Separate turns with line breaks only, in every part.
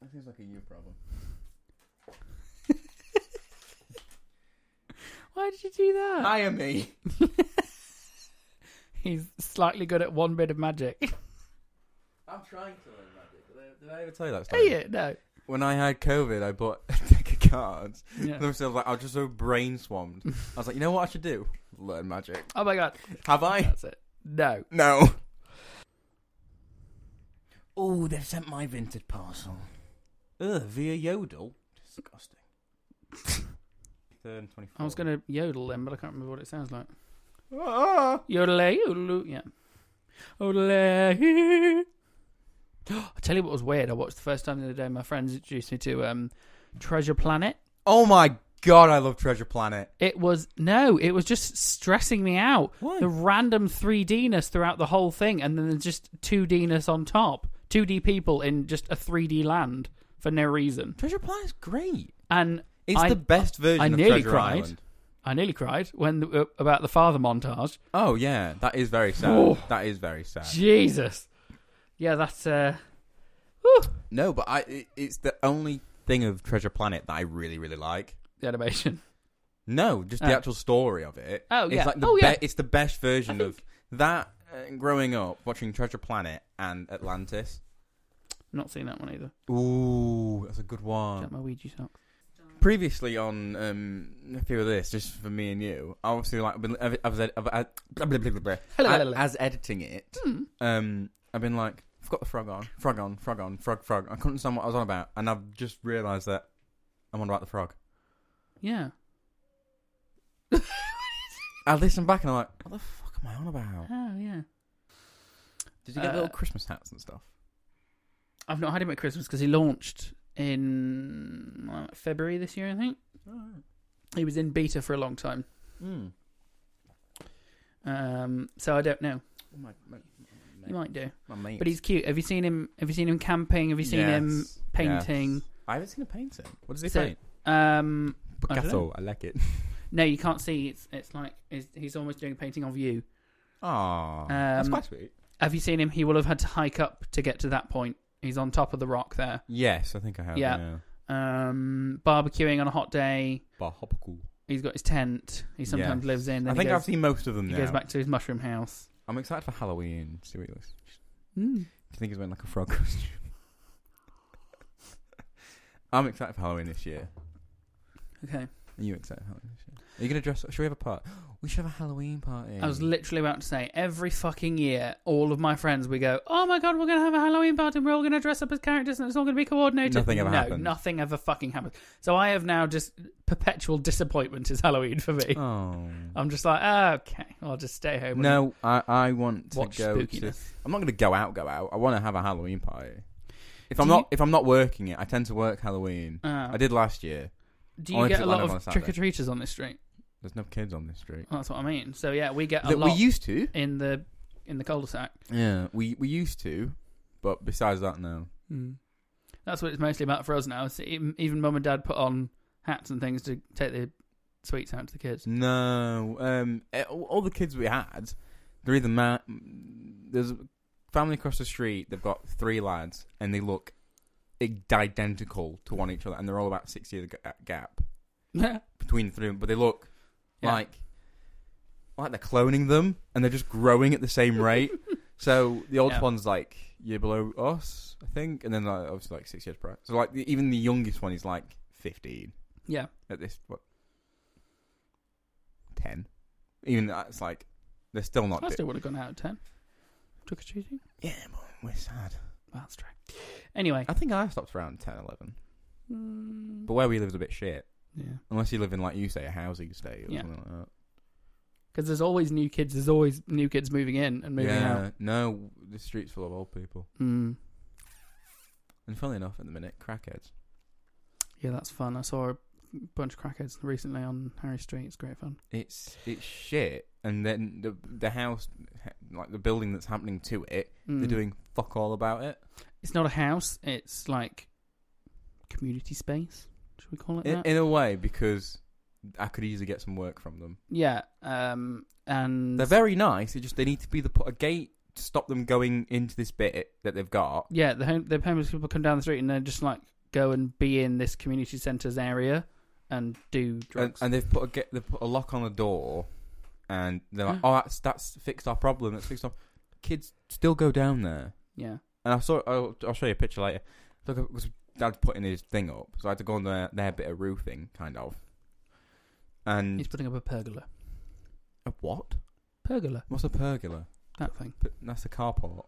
That seems like a you problem.
Why did you do that?
Hire me.
He's slightly good at one bit of magic.
I'm trying to learn magic. Did I, did I ever tell you that
Are
story?
you? No.
When I had COVID, I bought a deck of cards. And I
Yeah.
was still like, I was just so brain swamped. I was like, you know what I should do? Learn magic.
Oh my god.
Have I?
That's it. No.
No. Oh, they've sent my vintage parcel. Ugh, via Yodel. Disgusting. Third and 24.
I was going to yodel then, but I can't remember what it sounds like.
Ah!
Yodel, yodel, yeah. Yodel. I tell you what was weird. I watched the first time the other day. My friends introduced me to um, Treasure Planet.
Oh my god, I love Treasure Planet.
It was no, it was just stressing me out.
Why?
The random three Dness throughout the whole thing, and then there's just two Dness on top, two D people in just a three D land for no reason.
Treasure Planet's great.
And
It's
I-
the best version
I
of
nearly
Treasure
cried.
Island.
I nearly cried when the, uh, about the father montage.
Oh yeah, that is very sad.
Oh.
That is very sad.
Jesus, yeah, that's uh, whew,
No, but I it, it's the only thing of Treasure Planet that I really really like.
the animation.
No, just the
Oh.
actual story of it.
Oh,
it's
yeah.
like the
Oh,
be-
yeah.
It's the best version
I
of that. Uh, growing up, watching Treasure Planet and Atlantis.
Not seen that one either.
Ooh, that's a good
Is
one.
that my Ouija sock?
Previously on um, a few of this, just for me and you, I obviously like I've been, I've, I've, I've, I've, blah, blah, blah, blah, blah.
Hello,
A-
hello, hello.
as editing it,
Hmm.
um, I've been like, I've got the frog on, frog on, frog on, frog, frog. I couldn't understand what I was on about, and I've just realised that I'm on about the frog.
Yeah.
I listened back and I'm like, what the fuck am I on about?
Oh yeah.
Did you get
Uh,
little Christmas hats and stuff?
I've not had him at Christmas because he launched in uh, February this year, I think. He was in beta for a long time,
Mm.
um, so I don't know.
Oh, my, my,
He
my,
might do,
my mate.
but he's cute. Have you seen him? Have you seen him camping? Have you seen him
Yes,
painting?
yes. I haven't seen a painting. What does he
So-
paint?
Um, I don't
Picasso.
know.
I, like it.
no, you can't see. It's it's like it's, he's almost doing a painting of you.
Aww. that's
Um,
quite sweet.
Have you seen him? He will have had to hike up to get to that point. He's on top of the rock there,
Yes, I think I have.
yeah.
Yeah. yeah.
um, barbecuing on a hot day.
Bahobacool.
He's got his tent. He sometimes
Yes.
lives in. Then
I
he
think
goes-
I've seen most of them
He
now.
goes back to his mushroom house.
I'm excited for Halloween. See what he looks. Do you think he's wearing like a frog costume? I'm excited for Halloween this year.
Okay.
Are you excited for Halloween this year? Are you gonna dress? up? Should we have a party? We should have a Halloween party.
I was literally about to say every fucking year, all of my friends we go, "Oh my god, we're gonna have a Halloween party. and We're all gonna dress up as characters, and it's all gonna be coordinated."
Nothing ever
no,
happens.
nothing ever fucking happens. So I have now just perpetual disappointment is Halloween for me.
Oh.
I'm just like, "Ah, okay, I'll just stay home. and
No, I, I want to
watch
go to.
spookiness.
I'm not going to go out, go out. I want to have a Halloween party. If I'm
Do
not
you-
if I'm not working it, I tend to work Halloween.
Ah.
I did last year.
Do
I
you
went
get
to
a
London
lot
on
of
Saturday.
trick or treaters on this street?
There's no kids on this street.
Well, that's what I mean. So yeah, we get a
That we
lot
used to.
in the in the cul-de-sac.
Yeah, we we used to, but besides that, no.
That's what it's mostly about for us now. It's even, even mum and dad put on hats and things to take the sweets out to the kids.
No, um, eh, all all the kids we had, they're either ma- there's a family across the street. They've got three lads, and they look ig- identical to one each other, and they're all about six years ga- gap between the three. of 'em, But they look
Yeah.
like like they're cloning them, and they're just growing at the same rate. so the old
Yeah.
one's like year below us, I think, and then like, obviously like six years prior. So like the, even the youngest one is like fifteen
yeah.
at this what ten. Even that's like they're still not.
I
do-
still would have gone out at 10. Trick or treating?
yeah, but we're sad.
Well, that's true. Anyway.
I think I stopped around 10, 11.
Mm,
But where we live is a bit shit.
yeah.
Unless you live in like you say a housing estate or
Yeah.
something like that.
Because there's always new kids. There's always new kids moving in and moving
yeah,
out.
no, the streets full of old people.
Mm.
And funnily enough, at the minute, crackheads.
Yeah, that's fun. I saw a bunch of crackheads recently on Harry Street. It's great fun.
It's it's shit. And then the the house, like the building that's happening to it, they're
Mm.
doing fuck all about it.
It's not a house. It's like community space. Should we call it
In,
that?
in a way, because I could easily get some work from them.
Yeah, um, and
They're very nice. It just they need to be the put a gate stop them going into this bit that they've got.
Yeah, the home, the homeless people come down the street and they just like go and be in this community centre's area and do
And,
drugs.
and they've put a ge- they've put a lock on the door, and they're like, "Oh, that's that's fixed our problem. That's fixed our." Kids still go down there,
yeah,
and I saw. I'll, I'll show you a picture later. Look, because Dad's putting his thing up, so I had to go on their their bit of roofing, kind of. And
he's putting up a pergola.
a what?
Pergola,
What's a pergola?
that thing.
P- That's a carport.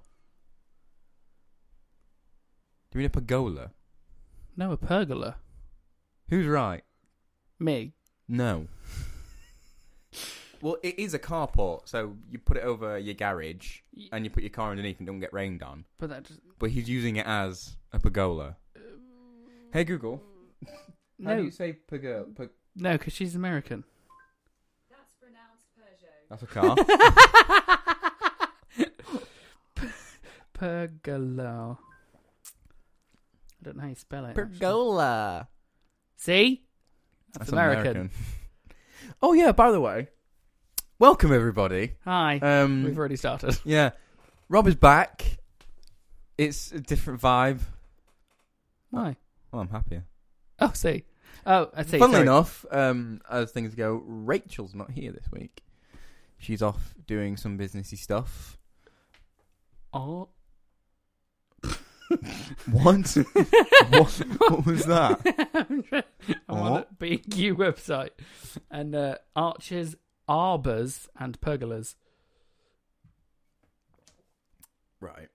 Do you mean a pergola?
No, a pergola.
Who's right?
Me.
No. well, it is a carport, so you put it over your garage
Y-
and you put your car underneath and don't get rained on.
But that just, uh,
But he's using it as a pergola. Hey Google, how do
no,
you say pergola? Per-
no, because she's American.
That's a car.
pergola. I don't know how you spell it. actually.
pergola.
See, that's, American.
oh yeah. By the way, welcome everybody.
Hi.
Um,
We've already started.
Yeah. Rob is back. It's a different vibe.
Why?
Well, I'm happier.
Oh, see. Oh, I see.
Funnily
Sorry.
enough, um, as things go, Rachel's not here this week. She's off doing some businessy stuff.
Oh.
What? what? What was that?
I'm try- I'm on a BQ website. And uh, arches, arbors, and pergolas.
Right.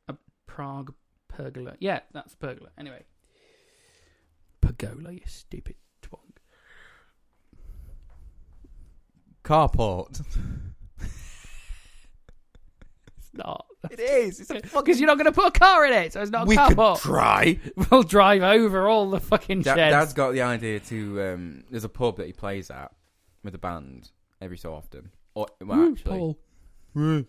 Prague pergola. Yeah, that's pergola. Anyway. Pergola, you stupid twonk.
Carport.
It's not.
It is. It's
Because you're not going to put a car in it, so it's not a
we could
carport.
try.
we'll drive over all the fucking
Da-
sheds.
Dad's got the idea to. Um, there's a pub that he plays at with a band every so often. Or, well,
Woo,
actually,
Hmm,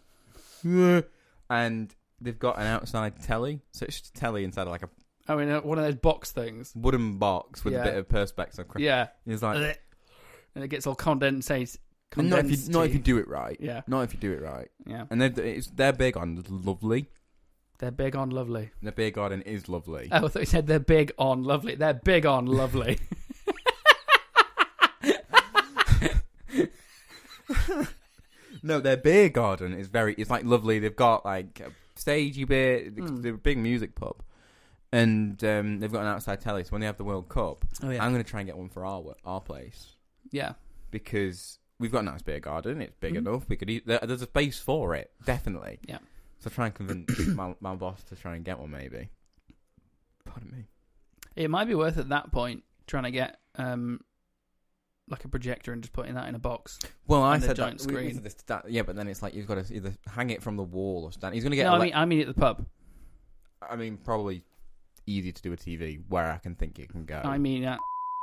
Paul.
and they've got an outside telly, so it's just a telly inside of like a
I mean, uh, one of those box things.
wooden box with
Yeah.
a bit of perspex on. Yeah.
Yeah.
It's like
and it gets all condensates.
not if you
Condensed.
not if you do it right.
Yeah,
Not if you do it right.
yeah.
And they're it's, they're big on lovely.
They're big on lovely.
Their beer garden is lovely.
Oh, I thought you said they're big on lovely. They're big on lovely.
no, their beer garden is very. It's like lovely. They've got like a stagey beer.
Mm.
They're a big music pub, and um, they've got an outside telly. So when they have the World Cup,
oh
I'm going to try and get one for our wo- our place.
yeah.
because we've got a nice beer garden. It's big
Mhm.
enough. We could eat, there, there's a space for it, definitely.
Yeah.
So try and convince my, my boss to try and get one, maybe. Pardon me.
It might be worth at that point trying to get um, like a projector and just putting that in a box.
Well, I
And a
said
giant
that, we- we
screen.
said this to Dan- yeah, but then it's like you've got to either hang it from the wall or stand. He's going to get.
no,
ele-
I mean, I mean at the pub.
I mean, probably easy to do a TV where I can think it can go.
I mean, at...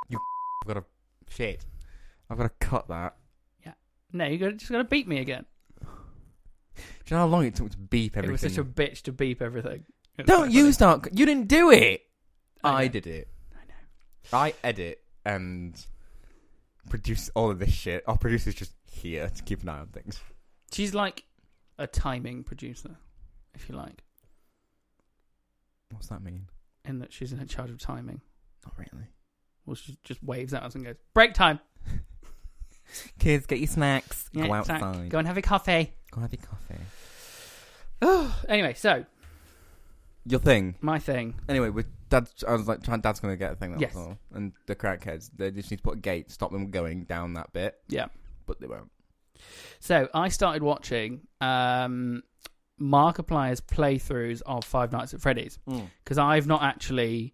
I've got to shit. I've got to cut that.
no, you gotta, just got to beat me again.
Do you know how long it took to beep
It was
everything?
such a bitch to beep everything. It's
Don't
quite
you start. You didn't do it.
funny.
I
know.
did it.
I know.
I edit and produce all of this shit. Our producer's just here to keep an eye on things.
She's like a timing producer, if you like,
What's that mean?
in that she's in charge of timing.
Not really.
Well, she just waves at us and goes, break time.
Kids, get your snacks.
Yeah,
go
snack.
outside.
Go
Go-,
and have a coffee.
have your coffee.
Anyway, so
Your thing.
my thing.
Anyway, with dad, I was like, trying, dad's gonna get a thing. That
Yes.
was all. And the crackheads, they just need to put a gate, stop them going down that bit.
Yeah.
But they won't.
So I started watching um, Markiplier's playthroughs of Five Nights at Freddy's because I've not actually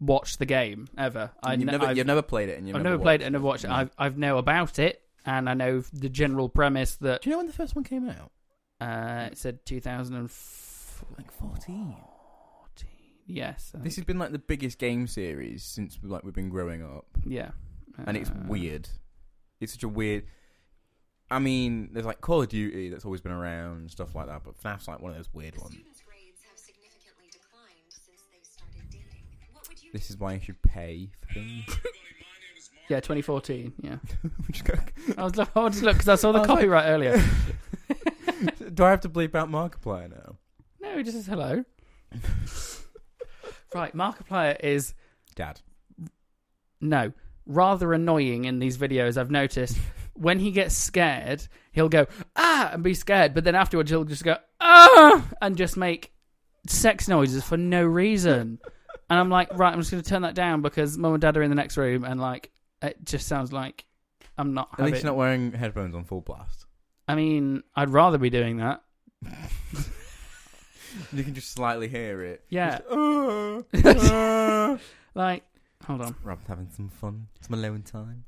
watched the game ever. I
you've,
kn-
never,
I've,
you've never played it, and you've
I've never played
watched
it. and never watched it.
No.
I've, I've know about it, and I know the general premise that
Do you know when the first one came out? Hmm.
uh, it said 2014.
Like fourteen.
Yes. um, I
This has
think-
been like the biggest game series since like we've been growing up.
yeah.
and it's
Uh,
weird. It's such a weird. I mean, there's like Call of Duty that's always been around and stuff like that, but FNAF's like one of those weird ones.
Students' grades have significantly declined since they started dating. What would you
This is why you should pay for things.
Yeah, 2014. Yeah.
we just go.
I was, I was look because I saw the copyright earlier.
Do I have to bleep out Markiplier now?
No, he just says hello. right, Markiplier is
Dad.
no, rather annoying in these videos, I've noticed. When he gets scared, he'll go, ah, and be scared, but then afterwards he'll just go, ah, and just make sex noises for no reason. and I'm like, right, I'm just going to turn that down because mum and dad are in the next room, and like, it just sounds like I'm not
At least
having.
you're not wearing headphones on full blast.
I mean, I'd rather be doing that.
You can just slightly hear it.
Yeah.
Just, uh, uh.
Like, hold on.
Rob's having some fun. It's my alone time.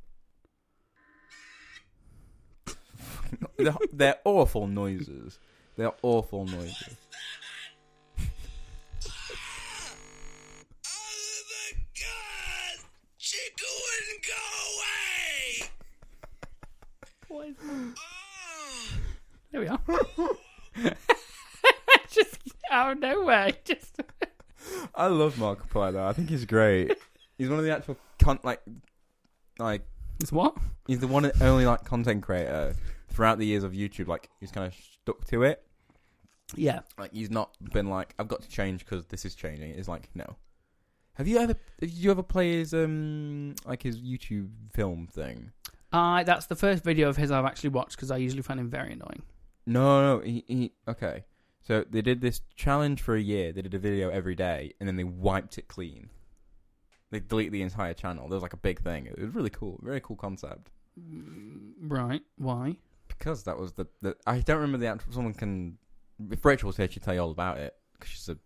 they're, they're awful noises. They're awful noises.
There we are. just out of nowhere. Just.
I love Markiplier though. I think he's great. he's one of the actual con like like
It's what?
he's the one and only like content creator throughout the years of YouTube. Like he's kind of stuck to it.
Yeah.
Like he's not been like I've got to change because this is changing. It's like no. Have you ever did you ever play his um like his YouTube film thing?
Uh, that's the first video of his I've actually watched because I usually find him very annoying.
No, no, he, he okay. So they did this challenge for a year. They did a video every day, and then they wiped it clean. They delete the entire channel. There was like a big thing. It was really cool, very cool concept.
Right? Why?
Because that was the, the I don't remember the actual. Someone can if Rachel was here, she'd tell you all about it. 'cause she's a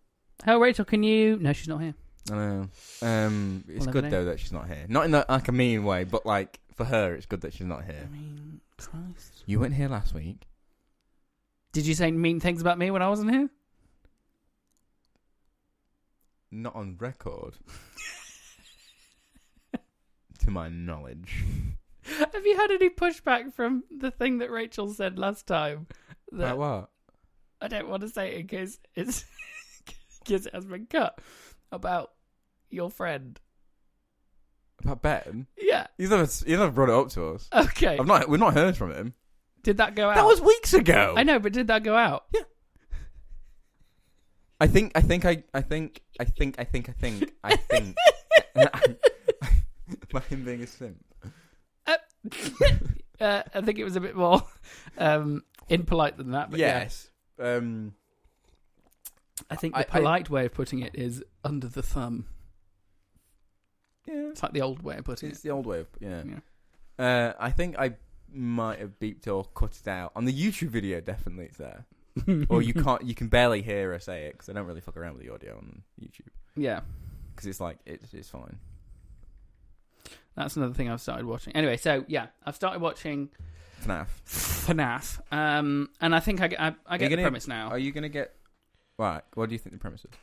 Hello, Rachel. Can you? No, she's not here.
I know. Um, it's good
Well, never know.
though that she's not here. Not in that like a mean way, but like for her, it's good that she's not
I
here.
mean, Christ.
You weren't here last week.
Did you say mean things about me when I wasn't here?
Not on record, to my knowledge.
Have you had any pushback from the thing that Rachel said last time? That
About what?
I don't want to say it in case it's because it has been cut about your friend.
About Ben?
Yeah.
He's never he's never brought it up to us.
Okay.
I've not we've not heard from him.
Did that go out?
That was weeks ago.
I know, but did that go out?
I think I think I I think I think I think I think I think by him being a simp.
uh, I think it was a bit more um, impolite than
Uh,
that. But yeah.
Um
I think
I-
the
I-
polite way of putting it is under the thumb.
yeah.
It's like the old way of putting
It's
it.
the old way of yeah.
Yeah.
Uh I think I might have beeped or cut it out. On the YouTube video definitely it's there. or you can't you can barely hear her say it because I don't really fuck around with the audio on YouTube
Yeah,
because it's like it's it's fine.
that's another thing I've started watching. Anyway, so yeah, I've started watching
FNAF.
FNAF, um, and I think I, get- I, I get
you
the
gonna-
premise now.
Are you gonna get right? What do you think the premise is?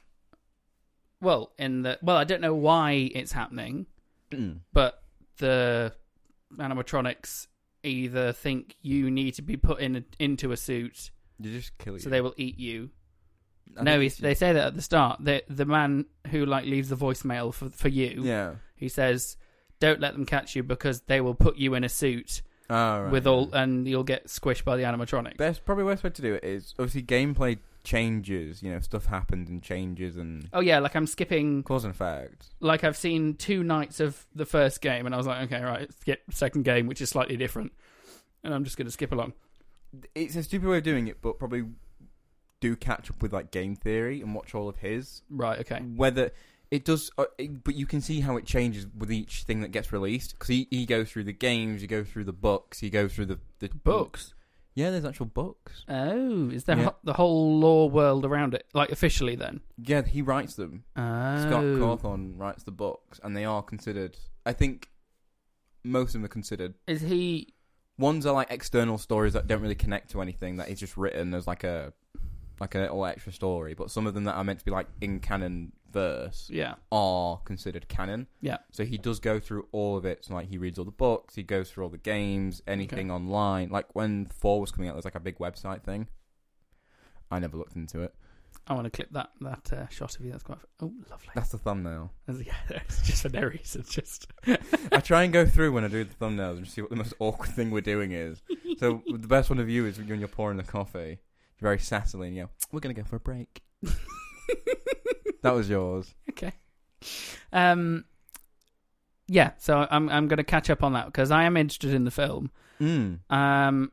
Well, in the well, I don't know why it's happening,
Mm.
but the animatronics either think you need to be put in a, into a suit,
You just kill you.
so they will eat you,
I
no,
think
he's,
it's-
they say that at the start. The the man who like leaves the voicemail for for you,
Yeah.
he says, "Don't let them catch you because they will put you in a suit
Oh, right,
with
yeah.
all, and you'll get squished by the animatronics."
Best probably worst way to do it is obviously gameplay changes. You know, stuff happens and changes and
oh yeah, like I'm skipping.
cause and effect.
Like I've seen two nights of the first game, and I was like, okay, right, skip second game, which is slightly different, and I'm just going to skip along.
It's a stupid way of doing it, but probably do catch up with like game theory and watch all of his.
Right, okay,
Whether it does, uh, it- but you can see how it changes with each thing that gets released because he, he goes through the games, he goes through the books, he goes through the the
books.
Yeah, there's actual books.
Oh, is there
Yeah.
ho- the whole law world around it? Like officially, then?
Yeah, he writes them.
Oh,
Scott Cawthon writes the books, and they are considered. I think most of them are considered.
is he
Ones are like external stories that don't really connect to anything that is just written as like a like a little extra story. But some of them that are meant to be like in canon verse
Yeah.
are considered canon.
Yeah.
So he does go through all of it. So like he reads all the books, he goes through all the games, anything online. Like when four was coming out, there's like a big website thing. I never looked into it.
I want to clip that that uh, shot of you. That's quite. Oh, lovely.
That's the thumbnail.
That's- yeah, it's just for no reason. Just.
I try and go through when I do the thumbnails and see what the most awkward thing we're doing is. So the best one of you is when you're pouring the coffee. very sassily, and you go, "We're gonna go for a break." that was yours.
Um, yeah, so I'm I'm going to catch up on that because I am interested in the film.
Mm.
Um,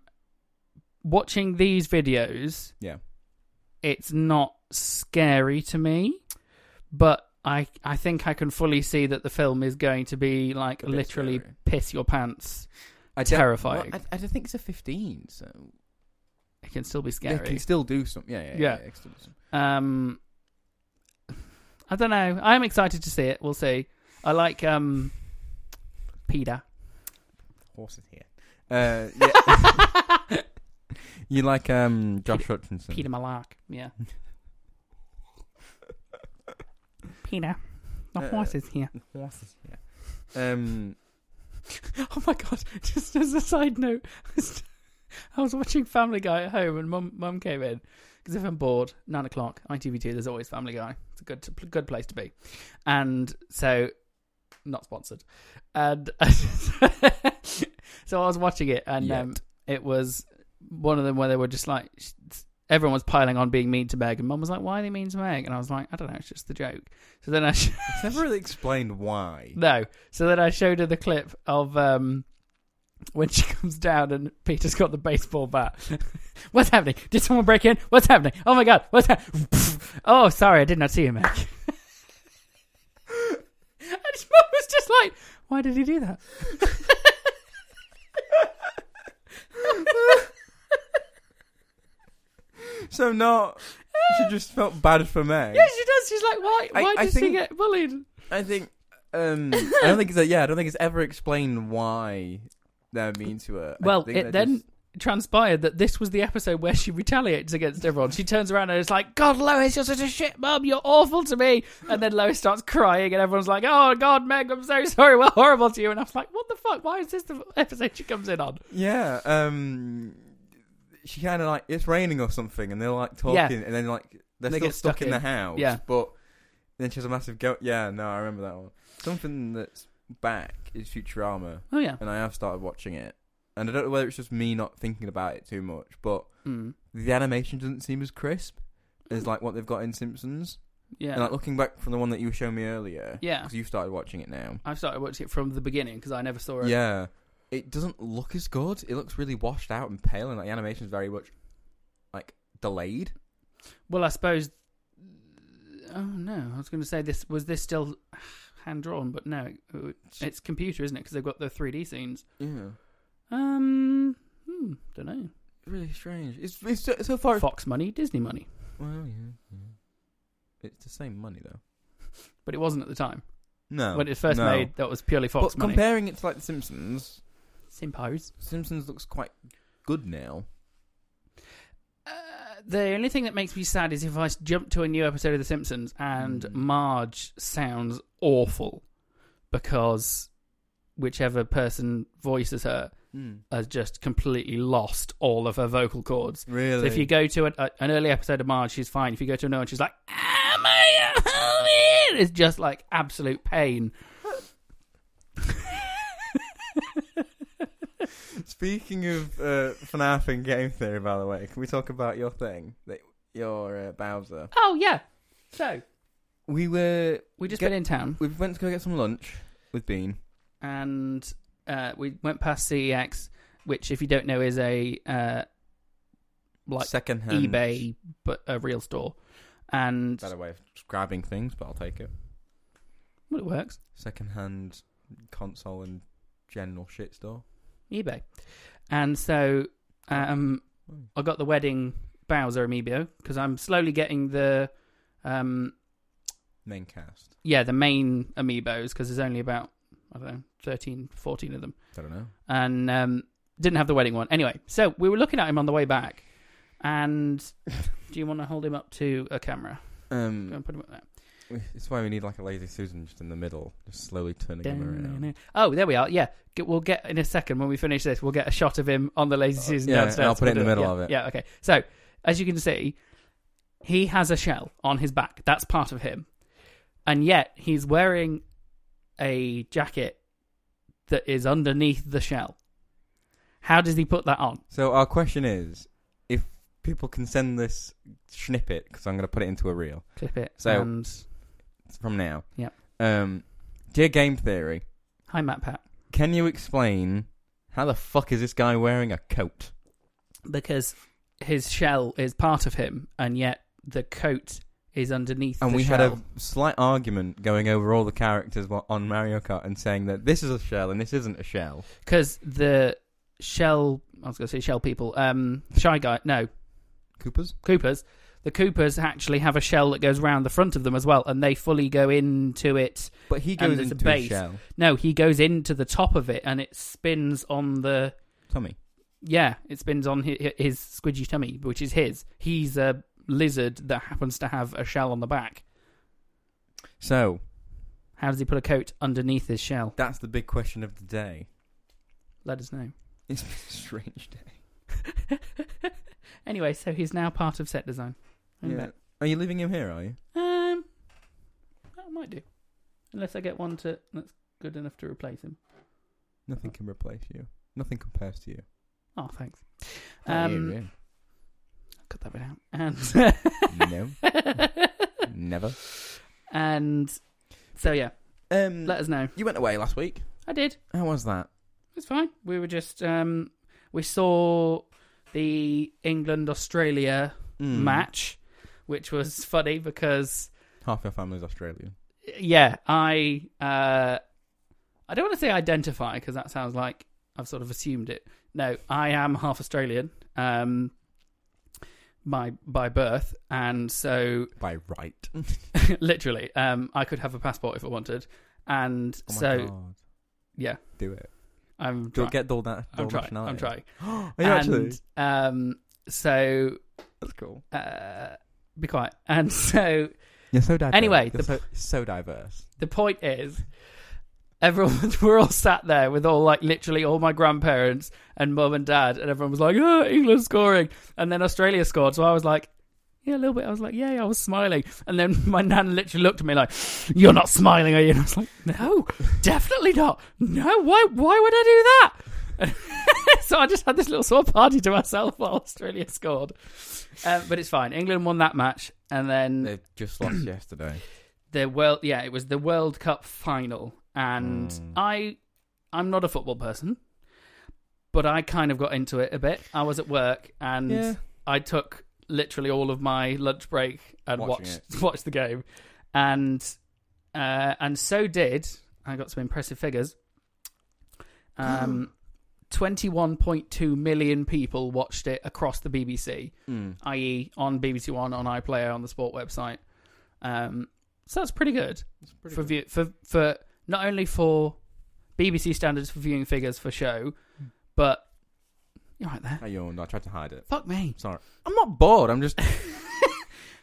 watching these videos,
Yeah.
it's not scary to me, but I I think I can fully see that the film is going to be like
A bit
literally
scary.
piss your pants.
I
Terrifying.
Well, I, I don't think it's a fifteen, so
It can still be
they can
scary.
still do some. Yeah, yeah, yeah.
Yeah.
yeah, it's still some-
Um, I don't know. I'm excited to see it. We'll see. I like um, Peter.
Horses here. Uh, yeah. you like um, Josh Hutchinson?
Peter Malark. Yeah. Peter. The
Uh,
horse is here.
Horses here. Um,
Oh my god! Just as a side note, I was watching Family Guy at home, and mum mum came in because if I'm bored, nine o'clock, ITV two. There's always Family Guy. It's a good good place to be, and so not sponsored. And so I was watching it, and
Yet.
um, it was one of them where they were just like everyone was piling on being mean to Meg, and mum was like, "Why are they mean to Meg?" And I was like, "I don't know. It's just the joke." So then I.
it's never really explained why.
No. So then I showed her the clip of um, when she comes down and Peter's got the baseball bat. What's happening? Did someone break in? What's happening? Oh my god! What's happening? oh, sorry, I did not see you, Mac. and his mum was just like, "Why did he do that?"
So not. She just felt bad for Meg.
Yeah, she does. She's like, "Why?
I-
Why
I
does she
think-
get bullied?"
I think. Um, I don't think it's. yeah, I don't think it's ever explained why they're mean to her. I
Well,
think
it
they're
then
just-
transpired that this was the episode where she retaliates against everyone. She turns around and is like, God, Lois, you're such a shit mum. You're awful to me. And then Lois starts crying, and everyone's like, Oh, God, Meg, I'm so sorry. We're horrible to you. And I was like, What the fuck? Why is this the episode she comes in on?
yeah. Um, she kind of like it's raining or something, and they're like talking,
Yeah.
and then like they're
They
still
get
stuck,
stuck
in, the
in.
house.
Yeah.
but then she has a massive go. Yeah, no, I remember that one. Something that's back is Futurama,
Oh, yeah.
and I have started watching it, and I don't know whether it's just me not thinking about it too much, but
Mm.
the animation doesn't seem as crisp as like what they've got in Simpsons.
Hmm. Yeah.
And like looking back from the one that you were showing me earlier,
yeah.
because you've started watching it now.
I've started watching it from the beginning because I never saw it.
Yeah, it doesn't look as good. It looks really washed out and pale, and like, the animation's very much like delayed.
Well, I suppose. Oh, no. I was going to say this. Was this still hand drawn? But no. it- It's computer, isn't it? Because they've got the 3D scenes.
Yeah,
Um, hmm, don't know.
really strange. It's, it's so, so far.
Fox money, Disney money,
well, yeah, yeah, it's the same money though.
but it wasn't at the time
No,
when it was first
Oh, no.
made. That was purely Fox
but
money.
comparing it to like The Simpsons,
Simpos.
Simpsons looks quite good now.
Uh, the only thing that makes me sad is if I s- jump to a new episode of The Simpsons and
Mm.
Marge sounds awful because whichever person voices her
Hmm.
has just completely lost all of her vocal cords.
Really?
So if you go to an, uh, an early episode of Marge, she's fine. If you go to another one, she's like, "Ah, my arm!" It's just like absolute pain.
Speaking of uh, FNAF and game theory, by the way, can we talk about your thing, that- your uh, Bowser?
Oh yeah. So
We were
we just
Get-
been in town
we went to go get some lunch with Bean.
and uh, we went past CEX, which, if you don't know, is a uh, like
second hand
eBay but a real store, and
Better way of grabbing things, but I'll take it.
well, it works.
Second hand console and general shit store.
eBay, and so um, I got the wedding Bowser amiibo because I'm slowly getting the um,
Main cast.
yeah, the main amiibos because there's only about, I don't know, 13, 14 of them.
I don't know.
And um, didn't have the wedding one. Anyway, so we were looking at him on the way back. And do you want to hold him up to a camera? Go
Um,
and put him up there.
it's why we need like a lazy Susan just in the middle, just slowly turning him around.
Oh, there we are. Yeah. Get- We'll get in a second when we finish this, we'll get a shot of him on the Lazy Susan
Uh, yeah, and
downstairs.
I'll put it in the
We'll do
middle
Yeah,
of it.
Yeah, okay. So, as you can see, he has a shell on his back. That's part of him. And yet, he's wearing a jacket that is underneath the shell. How does he put that on?
So our question is, if people can send this snippet because I'm going to put it into a reel
Clip it.
So-
and
from now.
Yep.
Um, dear game theory,
hi, Matt Pat.
can you explain how the fuck is this guy wearing a coat?
Because his shell is part of him, and yet the coat is underneath.
And
the
we
shell.
had a slight argument going over all the characters wa- on Mario Kart and saying that this is a shell and this isn't a shell.
because the shell. I was going to say shell people. Um, shy guy. No,
Coopers.
Coopers. The Coopers actually have a shell that goes round the front of them as well, and they fully go into it.
But he
And
goes
there's a
into
base.
a shell.
No, he goes into the top of it, and it spins on the.
Tommy.
Yeah, it spins on his, his squidgy tummy, which is his. He's a lizard that happens to have a shell on the back.
So
How does he put a coat underneath his shell?
that's the big question of the day.
Let us know.
It's been a strange day.
Anyway, so he's now part of set design.
Yeah. Are you leaving him here? Are you?
Um, I might do, unless I get one to that's good enough to replace him.
Nothing can replace you. Nothing compares to you.
Oh, thanks.
Not you,
Um,
you.
cut that bit out. And
no, never.
and so yeah,
Um,
let us know.
you went away last week.
I did.
How was that?
It's fine. We were just um, we saw the England Australia
Mm.
match, which was funny because
Half your family's Australian.
yeah, I uh, I don't want to say identify because that sounds like I've sort of assumed it. No, I am half Australian. Um, by by birth, and so
By right. Oh
literally, um, I could have a passport if I wanted, and
Oh my
so
God.
yeah,
Do it.
I'm
You'll
trying.
get all that.
I'm
all
trying. I'm trying.
Are you actually?
And um, so
That's cool.
uh, be quiet. And so
You're so diverse.
Anyway,
You're
the-
so, so diverse.
the point is, everyone we're all sat there with all like literally all my grandparents and mum and dad, and everyone was like, "Oh, England scoring," and then Australia scored. So I was like. Yeah, a little bit. I was like, yeah, yeah, I was smiling. And then my nan literally looked at me like, you're not smiling, are you? And I was like, no, definitely not. No, why Why would I do that? so I just had this little sort of party to myself while Australia scored. Um, but it's fine. England won that match. And then
They just lost yesterday.
the world yeah it was the world cup final and
Mm.
i i'm not a football person but i kind of got into it a bit i was at work and
Yeah.
i took literally all of my lunch break and
Watching
watched watched the game and uh and so did i got some impressive figures
Oh.
um 21.2 million people watched it across the bbc
Mm.
i.e., e, on BBC One, on iPlayer, on the sport website. Um, so that's pretty good for view for for not only for BBC standards for viewing figures for show,
Hmm.
but you're right there.
I yawned. I tried to hide it.
Fuck me.
Sorry. I'm not bored. I'm just.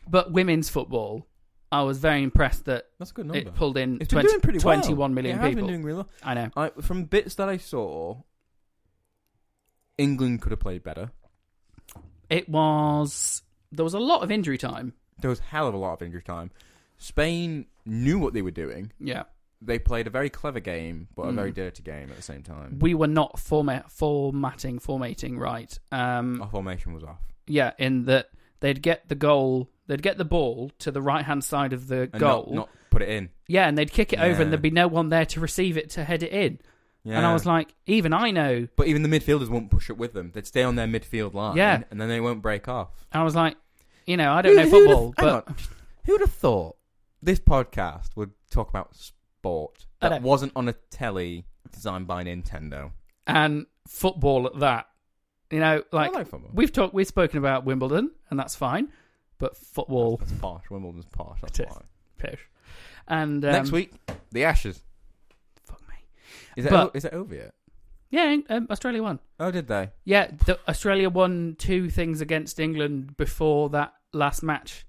But women's football, I was very impressed that
That's a good number.
it pulled in
It's
20,
been doing pretty well.
21 million
It has
people.
been doing really well.
I know.
I, from bits that I saw, England could have played better.
It was there was a lot of injury time.
There was a hell of a lot of injury time. Spain knew what they were doing.
Yeah,
They played a very clever game, but a
Mm.
very dirty game at the same time.
we were not format formatting formatting right. Um,
Our formation was off.
Yeah, in that they'd get the goal, they'd get the ball to the right hand side of the
And
goal.
Not, not put it in.
yeah, and they'd kick it over,
Yeah.
and there'd be no one there to receive it to head it in.
Yeah.
And I was like, even I know.
but even the midfielders won't push up with them. They'd stay on their midfield line.
Yeah.
And then they won't break off.
I was like, you know, I don't know
Who'd have-
football,
hang
but
on. who'd have thought this podcast would talk about sport
I
that
know.
wasn't on a telly designed by Nintendo?
and football at that, you know, like
I like football.
we've talked, we've spoken about Wimbledon, and that's fine, but football,
That's posh. Wimbledon's posh. That's
It is.
why.
pish. And um,
Next week, the Ashes.
fuck me.
Is it,
But-
o- is it over yet?
Yeah, um, Australia won.
Oh, did they?
Yeah, the, Australia won two things against England before that last match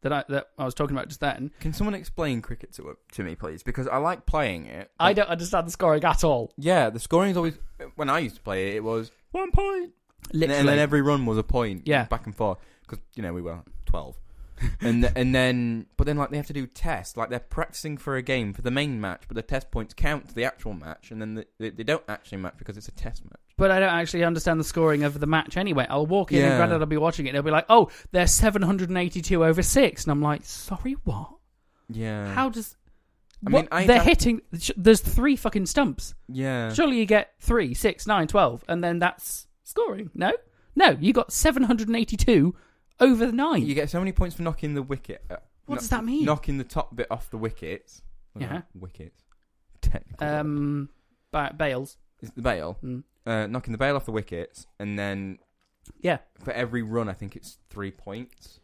that I that I was talking about just then.
Can someone explain cricket to to me, please? Because I like playing it.
I don't understand the scoring at all.
Yeah, the scoring is always when I used to play it. It was one point, and then, and then every run was a point.
Yeah.
back and forth because you know we were twelve, and th- and then but then like they have to do tests. Like they're practicing for a game for the main match, but the test points count to the actual match, and then the, they, they don't actually match because it's a test match.
But I don't actually understand the scoring of the match anyway. I'll walk in and
Yeah.
granted I'll be watching it. And they'll be like, "Oh, they're 782 over six," and I'm like, "Sorry, what?
Yeah.
How does?"
I
what?
mean, I
they're
have-
hitting. sh- There's three fucking stumps.
Yeah.
Surely you get three, six, nine, twelve, and then that's scoring. No, no, you got 782 over the nine.
You get so many points for knocking the wicket. uh,
What
kno-
does that mean?
Knocking the top bit off the wickets. Look at
Yeah.
that, Wickets. Technical. word.
um, ba- Bales.
Is it the bail?
Mm.
Uh, knocking the bail off the wickets, and then
Yeah.
for every run, I think it's three points.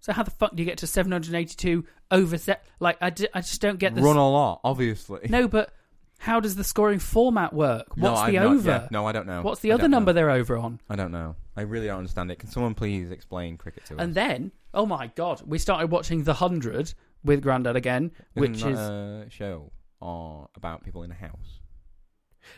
So how the fuck do you get to 782 over se- like I, di- I just don't get this.
Run a lot, obviously.
No, but how does the scoring format work?
No,
What's
I'm
the
not-
over?
yeah, no, I don't know.
What's the
I
other
don't know.
number they're over on?
I don't know. I really don't understand it. Can someone please explain cricket to us?
And then, oh my god, we started watching The 100 with Grandad again,
Isn't
which
that
is
a show or about people in a house.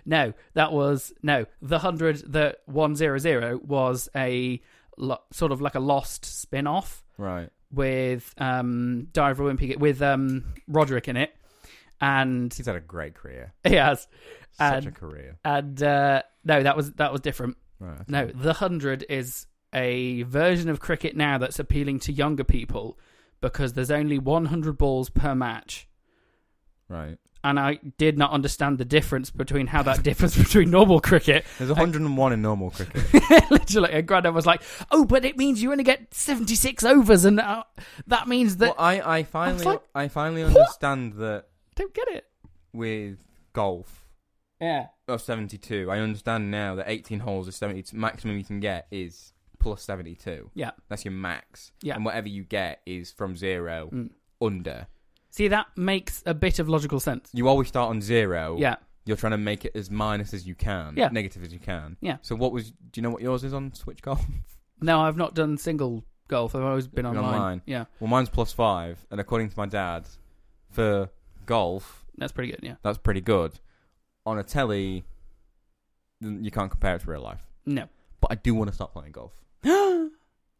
No, that was no. The hundred, the one zero zero was a lo- sort of like a lost spin off
Right.
with um Diary of a Wimpy Kid- with um Roderick in it, and
He's had a great career.
he has
Such a
And-
career.
and uh no, that was that was different.
Right. okay.
No, the hundred is a version of cricket now that's appealing to younger people because there's only one hundred balls per match.
Right.
And I did not understand the difference between how that differs between normal cricket
There's 101 in normal cricket.
literally, and Grandad was like, "Oh, but it means you only get seventy-six overs, and uh, that means that
well, I, I finally
like,
I finally
"What?"
understand that
don't get it."
with golf
Yeah,
of 72, I understand now that 18 holes is 72. Maximum you can get is plus 72.
yeah.
That's your max.
Yeah.
And whatever you get is from zero
Mm.
under.
See, that makes a bit of logical sense.
You always start on zero.
Yeah,
You're trying to make it as minus as you can.
Yeah.
Negative as you can.
Yeah.
So what was? Do you know what yours is on Switch golf?
no, I've not done single golf. I've always been
Been
online.
online.
Yeah,
Well, mine's plus five, and according to my dad, for golf
that's pretty good. Yeah,
that's pretty good. On a telly, n- you can't compare it to real life.
no,
But I do want to start playing golf.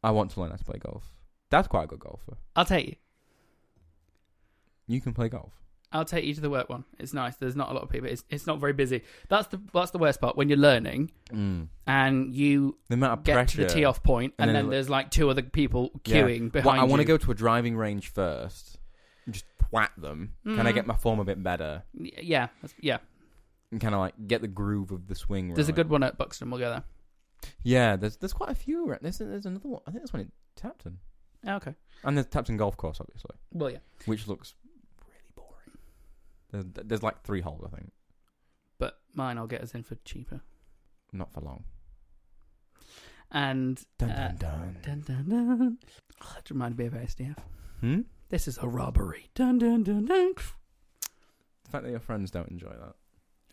I want to learn how to play golf. Dad's quite a good golfer.
I'll take you.
You can play golf.
I'll take you to the work one. It's nice. There's not a lot of people. It's it's not very busy. That's the that's the worst part when you're learning
Mm.
and you
The amount of
get
pressure.
to the tee off point, and,
And then
then,
it-
there's like two other people
Yeah.
queuing behind.
Well, I want to
you.
go to a driving range first. Just whack them. Can I
Mm.
get my form a bit better?
Yeah, that's- yeah.
And kind of like get the groove of the swing.
There's a
right.
good one at Buxton. We'll go there.
Yeah, there's there's quite a few. around. There's there's another one. I think there's one in Tapton.
Yeah, Okay.
And there's Tapton Golf Course, obviously,
Well, yeah.
which looks really boring. There's, there's like three holes, I think.
but mine I'll get us in for cheaper.
Not for long.
And
Dun,
uh,
dun, dun.
dun, dun, dun. Oh, that reminded me of SDF.
Hmm?
This is a robbery. Dun dun dun dun.
The fact that your friends don't enjoy that.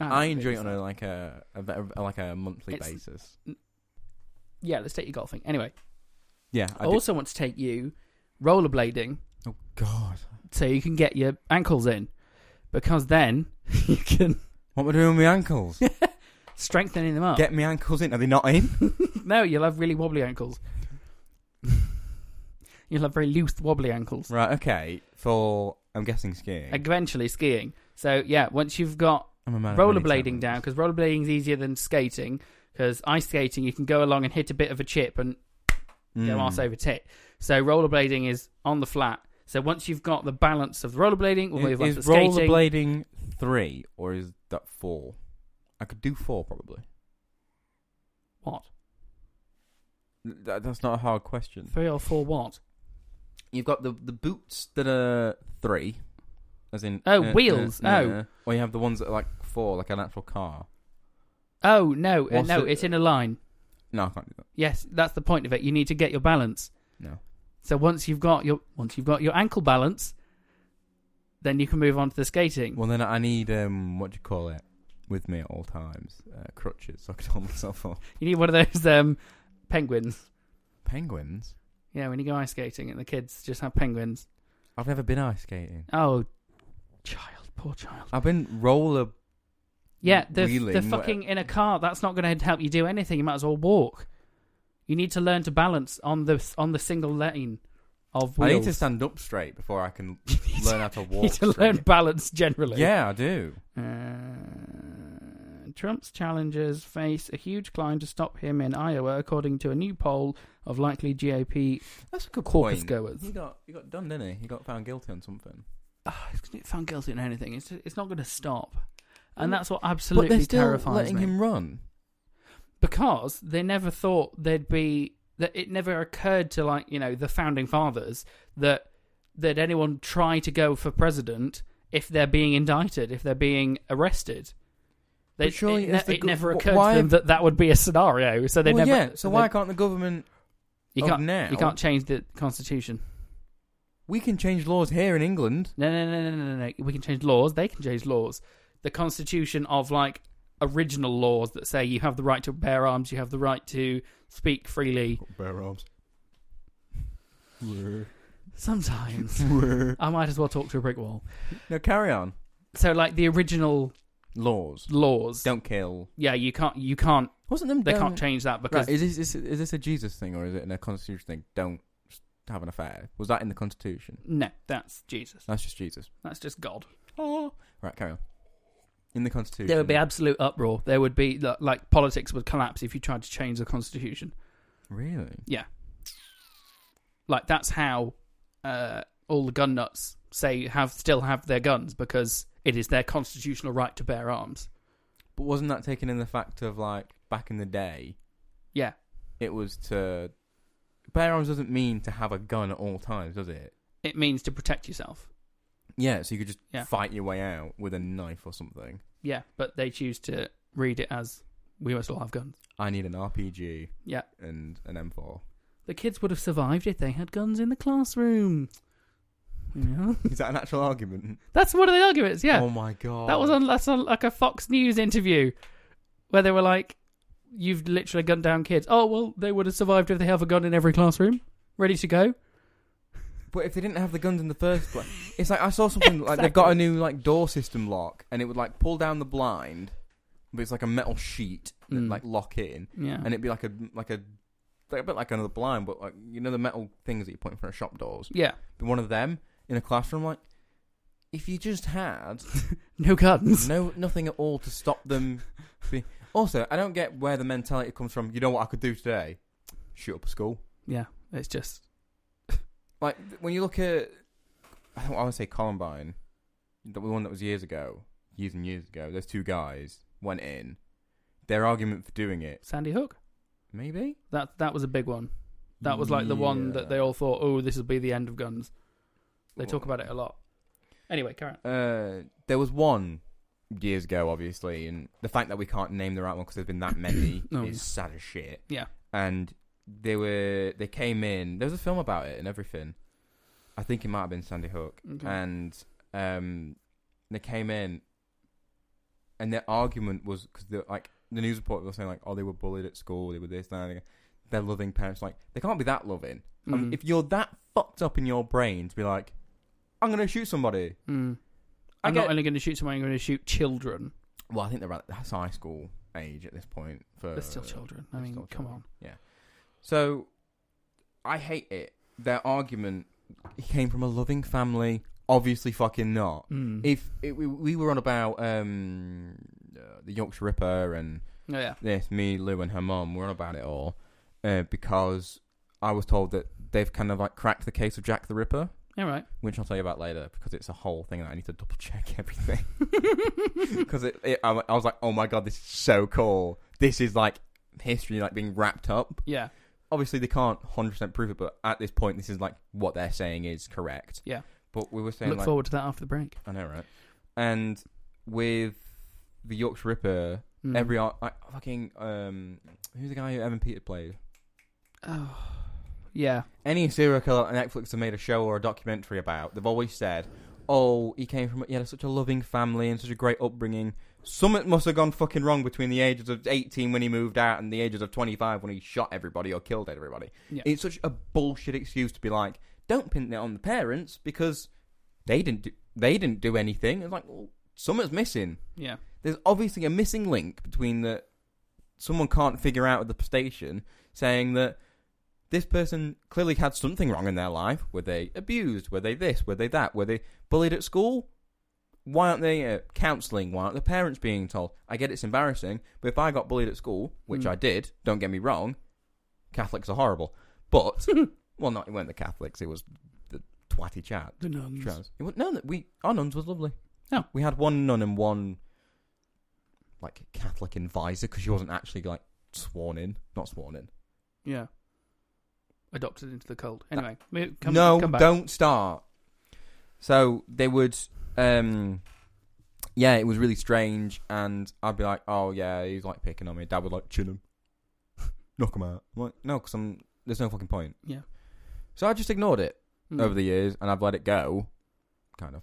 Ah,
I enjoy it
it's-
on a like a, a, better- like a monthly
It's-
basis.
Yeah, let's take you golfing. Anyway,
Yeah.
I,
I do-
also want to take you rollerblading
Oh God.
so you can get your ankles in, because then you can
What am I doing with my ankles?
strengthening them up.
Get my ankles in. Are they not in?
no, you'll have really wobbly ankles. you'll have very loose wobbly ankles.
right. Okay. For I'm guessing skiing.
Eventually skiing. So yeah, once you've got
I'm a man. of many talents.
rollerblading down because rollerblading is easier than skating because ice skating you can go along and hit a bit of a chip and
Mm.
go
Hmm.
arse over tit. So rollerblading is on the flat. So once you've got the balance of the rollerblading, we'll move on
Is,
to
is
skating.
rollerblading three or is that four? I could do four probably.
What
That, that's not a hard question.
three or four? What?
You've got the the boots that are three, as in uh,
Oh, wheels. Oh.
Or you have the ones that are like four, like an actual car.
Oh no, uh,
What's
no,
the-
it's in a line.
No, I can't do that.
Yes, that's the point of it. You need to get your balance.
No.
So once you've got your once you've got your ankle balance, then you can move on to the skating.
Well, then I need um, what do you call it, with me at all times, uh, crutches, so I can hold myself up.
You need one of those um, penguins.
Penguins.
Yeah, when you go ice skating and the kids just have penguins.
I've never been ice skating.
Oh, child, poor child.
I've been roller.
Yeah, the,
Wheeling,
the
whatever.
fucking in a car. That's not going to help you do anything. You might as well walk. You need to learn to balance on the on the single lane of wheels.
I need to stand up straight before I can learn how to
You
walk.
need to
straight.
learn balance generally.
Yeah, I do.
Uh, Trump's challengers face a huge climb to stop him in Iowa, according to a new poll of likely GOP
That's a good
caucus
point.
goers.
He got he got done, didn't he? He got found guilty on something.
Ah, it's gonna get found guilty in anything. It's it's not going to stop, and that's what absolutely terrifies
letting
me.
him run.
because they never thought there'd be that it never occurred to like you know the founding fathers that that anyone try to go for president if they're being indicted if they're being arrested they,
But surely
it,
as the
ne- it
go-
never
wh-
occurred
why-
to them that that would be a scenario so they
well,
never
yeah. So
they-
why can't Oh, the government?
you
of
can't
now-
you can't change the constitution
We can change laws here in England.
no no no no no no no. we can change laws they can change laws the constitution of like original laws that say you have the right to bear arms you have the right to speak freely
Bare arms. no,
sometimes I might as well talk to a brick wall.
carry on.
So like the original
Laws.
laws.
Don't kill.
Yeah, you can't you can't
Wasn't them?
they
don't-
can't change that because
Right, is this is, is this a Jesus thing or is it a constitution thing? Don't have an affair. Was that in the constitution?
no, that's Jesus.
That's just Jesus.
That's just God.
Oh. Right, carry on. In the constitution.
There would be absolute uproar. There would be like- like politics would collapse if you tried to change the constitution.
really.
Like that's how uh, all the gun nuts say have still have their guns because it is their constitutional right to bear arms.
But wasn't that taken in the fact of like back in the day?
Yeah.
It was to bear arms doesn't mean to have a gun at all times, does it?
It means to protect yourself.
Yeah, so you could just
Yeah.
fight your way out with a knife or something.
Yeah, but they choose to read it as we must all have guns.
I need an RPG.
Yeah.
And an M4.
The kids would have survived if they had guns in the classroom. You know?
Is that an actual argument?
That's one of the arguments, yeah.
Oh my god.
That was on that's on like a Fox News interview where they were like, You've literally gunned down kids. Oh well they would have survived if they have a gun in every classroom. Ready to go.
But if they didn't have the guns in the first place, it's like I saw something like they've got a
Exactly.
new like door system lock, and it would like pull down the blind, but it's like a metal sheet that
Mm.
like lock it in,
Yeah.
and it'd be like a like a like a bit like another blind, but like you know the metal things that you put in front of shop doors.
yeah.
But one of them in a classroom, like if you just had
No guns.
no nothing at all to stop them. Be- also, I don't get where the mentality comes from. You know what I could do today? Shoot up a school.
Yeah. It's just
like th- when you look at I don't want to say Columbine, the one that was years ago, years and years ago. Those two guys went in. Their argument for doing it,
Sandy Hook.
maybe
That that was a big one. That was like the one that they all thought, oh, this will be the end of guns. They talk about it a lot. Anyway, Karen.
Uh, there was one years ago, obviously, and the fact that we can't name the right one because there's been that many
Oh,
is
yeah.
sad as shit.
Yeah.
and they were they came in. There was a film about it and everything. I think it might have been Sandy Hook.
Okay.
and um, they came in, and their argument was because like the news report was saying like, oh, they were bullied at school, they were this, that, and their loving parents like they can't be that loving. I mean,
Mm.
if you're that fucked up in your brain to be like, I'm gonna shoot somebody.
Mm.
I
I'm
get-
not only going to shoot someone, I'm going to shoot children.
Well, I think they're at- that's high school age at this point. For
They're still children. I
they're
mean,
still
come
children.
on.
So, I hate it. Their argument came from a loving family. Obviously, fucking not.
Mm.
if it, we, we were on about um, uh, the Yorkshire Ripper and
Oh, yeah.
this, me, Lou, and her mum, we're on about it all uh, because I was told that they've kind of like cracked the case of Jack the Ripper,
All right.
which I'll tell you about later because it's a whole thing that I need to double check everything because it, it, I, wa- I was like, oh my god, this is so cool. This is like history like being wrapped up.
yeah.
Obviously, they can't hundred percent prove it, but at this point, this is like what they're saying is correct.
Yeah.
But we were saying
Look
like,
forward to that after the break.
I know, right? And with the Yorkshire Ripper,
Mm.
every ar- like fucking um, who's the guy who Evan Peters played?
Oh. Yeah.
Any serial killer that Netflix have made a show or a documentary about, they've always said, "Oh, he came from he had such a loving family and such a great upbringing." Something must have gone fucking wrong between the ages of eighteen when he moved out and the ages of twenty-five when he shot everybody or killed everybody.
Yeah.
It's such a bullshit excuse to be like, "Don't pin it on the parents because they didn't do, they didn't do anything." It's like, well, something's missing.
Yeah.
there's obviously a missing link between that someone can't figure out at the station saying that this person clearly had something wrong in their life. Were they abused? Were they this? Were they that? Were they bullied at school? Why aren't they uh, counselling? Why aren't the parents being told? I get it's embarrassing, but if I got bullied at school, which
Mm.
I did, don't get me wrong, Catholics are horrible. But, well, not, it weren't the Catholics, it was the twatty chap.
The nuns.
Trousers. It was, no, that we our nuns was lovely.
Oh.
we had one nun and one like Catholic advisor because she wasn't actually like sworn in, not sworn in.
Yeah. Adopted into the cold. Anyway, we- come,
Uh, no,
come back.
don't start. So they would, um yeah, it was really strange, and I'd be like, oh yeah, he's like picking on me. Dad would like chin him, knock him out. I'm like, no, because I'm there's no fucking point.
Yeah.
So I just ignored it.
Mm.
over the years, and I've let it go, kind of.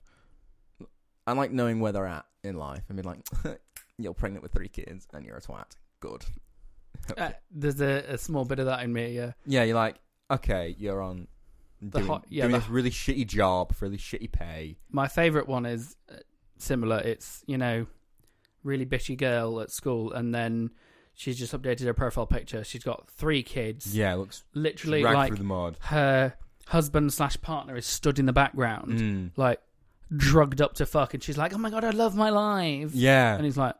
I like knowing where they're at in life. I mean, like, you're pregnant with three kids and you're a twat. Good.
Uh, there's a, a small bit of that in me. Yeah.
Yeah, you're like, okay, you're on doing,
hot- yeah,
doing
the
this really shitty job for really shitty pay.
My favourite one is uh, similar. It's you know, really bitchy girl at school, and then she's just updated her profile picture. She's got three kids.
Yeah, it looks
Literally,
dragged
like
through the mud.
her husband slash partner is stood in the background,
Mm.
like drugged up to fuck, and she's like, "Oh my god, I love my life."
Yeah,
And he's like,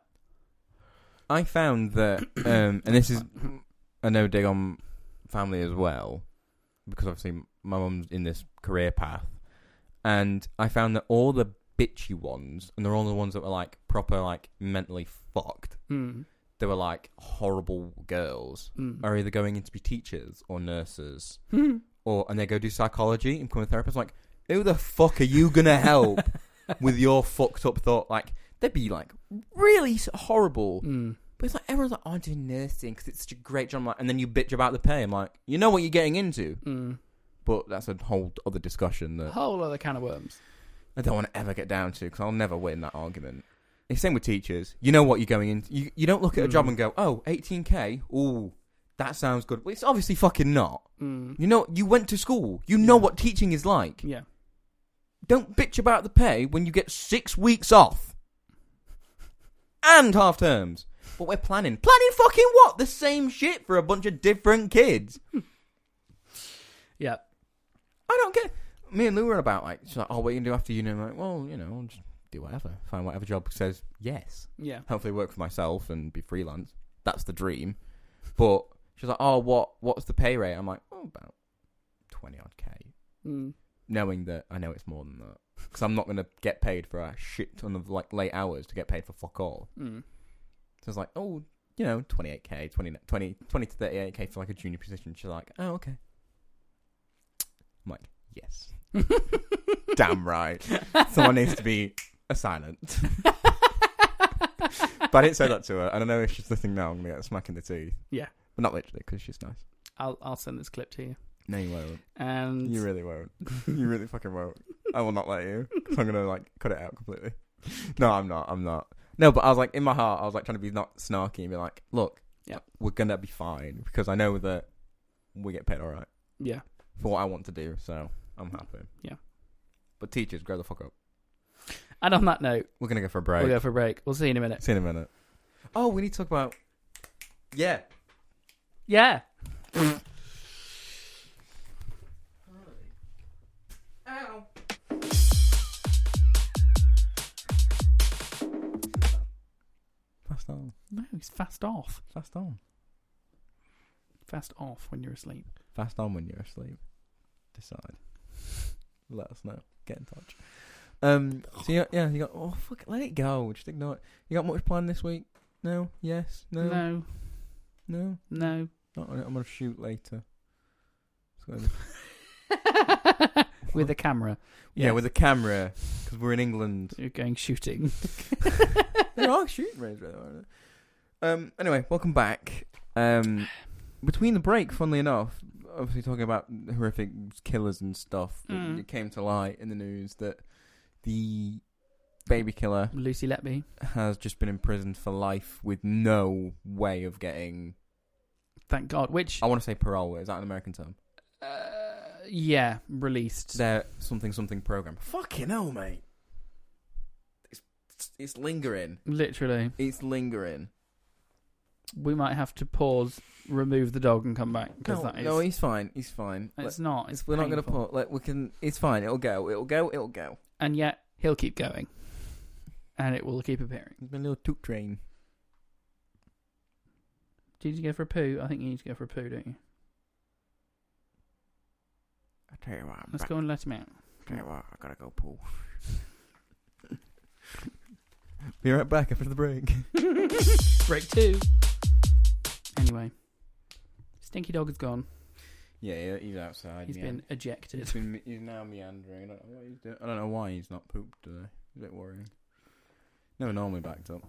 I found that, um, and this is a no dig on family as well, because obviously my mum's in this career path, and I found that all the bitchy ones, and they're all the ones that were like proper, like mentally fucked.
mm,
They were like horrible girls,
mm.
are either going in to be teachers or nurses,
Hmm.
or and they go do psychology and become a therapist. Like, who the fuck are you gonna help with your fucked up thought? Like, they'd be like really s- horrible.
Mm.
But it's like everyone's like, oh, I'm doing nursing because it's such a great job. I'm like, and then you bitch about the pay. I'm like, you know what you're getting into.
Mm.
But that's a whole other discussion that
Whole other can of worms.
I don't want to ever get down to because I'll never win that argument. It's same with teachers. You know what you're going into. You, you don't look at a job
Mm.
and go, oh, 18k. Ooh, that sounds good. Well, it's obviously fucking not.
Mm.
You know, you went to school. You know
Yeah.
what teaching is like.
Yeah.
Don't bitch about the pay when you get six weeks off and half terms. But we're planning. Planning fucking what? The same shit for a bunch of different kids.
Yeah.
I don't get. Me and Lou were about like, she's like, oh, what are you gonna do after uni? I'm like, well, you know, I'll just do whatever. Find whatever job says yes.
Yeah.
Hopefully, work for myself and be freelance. That's the dream. But she's like, oh, what? What's the pay rate? I'm like, oh, about twenty odd k.
Mm.
knowing that I know it's more than that because I'm not going to get paid for a shit ton of like late hours to get paid for fuck all.
Mm.
So it's like, oh, you know, 28k, 20, 20, 20 to 38k for like a junior position. She's like, oh, okay. I'm like, yes, damn right. Someone needs to be a silent. but I didn't say that to her. I don't know if she's listening now. I'm going to get a smack in the teeth.
Yeah.
But not literally because she's nice.
I'll I'll send this clip to you.
No, you won't.
And
You really won't. You really fucking won't. I will not let you. i I'm gonna like cut it out completely. No, I'm not. I'm not. No, but I was like in my heart, I was like trying to be not snarky and be like, look,
Yep.
we're gonna be fine because I know that we get paid all right
yeah.
for what I want to do. So I'm happy.
Yeah.
But teachers, grow the fuck up.
And on that note,
We're gonna go for a break.
we'll go for a break. We'll see you in a minute.
See you in a minute. Oh, we need to talk about. Yeah.
Yeah.
Ow. Fast on.
No, he's fast off.
Fast on.
Fast off when you're asleep.
Fast on when you're asleep. Decide. Let us know. Get in touch. Um. So you, yeah, you got. Oh fuck! it, Let it go. Just ignore it. You got much planned this week? No. Yes. No. No.
No,
no?
no.
Not, I'm gonna shoot later. It's gonna be-
with a camera.
yeah, with a camera because we're in England.
You're going shooting.
there are shooting ranges. right there, aren't there? Um. Anyway, welcome back. Um. Between the break, funnily enough, obviously talking about horrific killers and stuff, it-
Mm.
it came to light in the news that the baby killer
Lucy let me
has just been imprisoned for life with no way of getting.
Thank God. Which
I want to say parole. Is that an American term?
uh, yeah, released.
Their something something program. Fucking hell, mate. It's it's lingering.
Literally.
It's lingering.
We might have to pause, remove the dog and come back because
No,
that is
no, he's fine. He's fine.
it's not. It's
It's, we're not
painful.
gonna put like we can. It's fine. It'll go. It'll go. It'll go.
And yet he'll keep going. and it will keep appearing.
It's my little toot train.
Do you need to go for a poo? I think you need to go for a poo, don't you?
I tell you what, I'm
Let's
back.
go and let him out.
Tell you what, I gotta go pool. Be right back after the break.
Break two. Anyway, Stinky Dog is gone.
Yeah, he- he's outside.
He's
meand-
been ejected.
He's, been, he's now meandering. I don't, know what he's doing. I don't know why he's not pooped today. It's a bit worrying. Never normally backed up.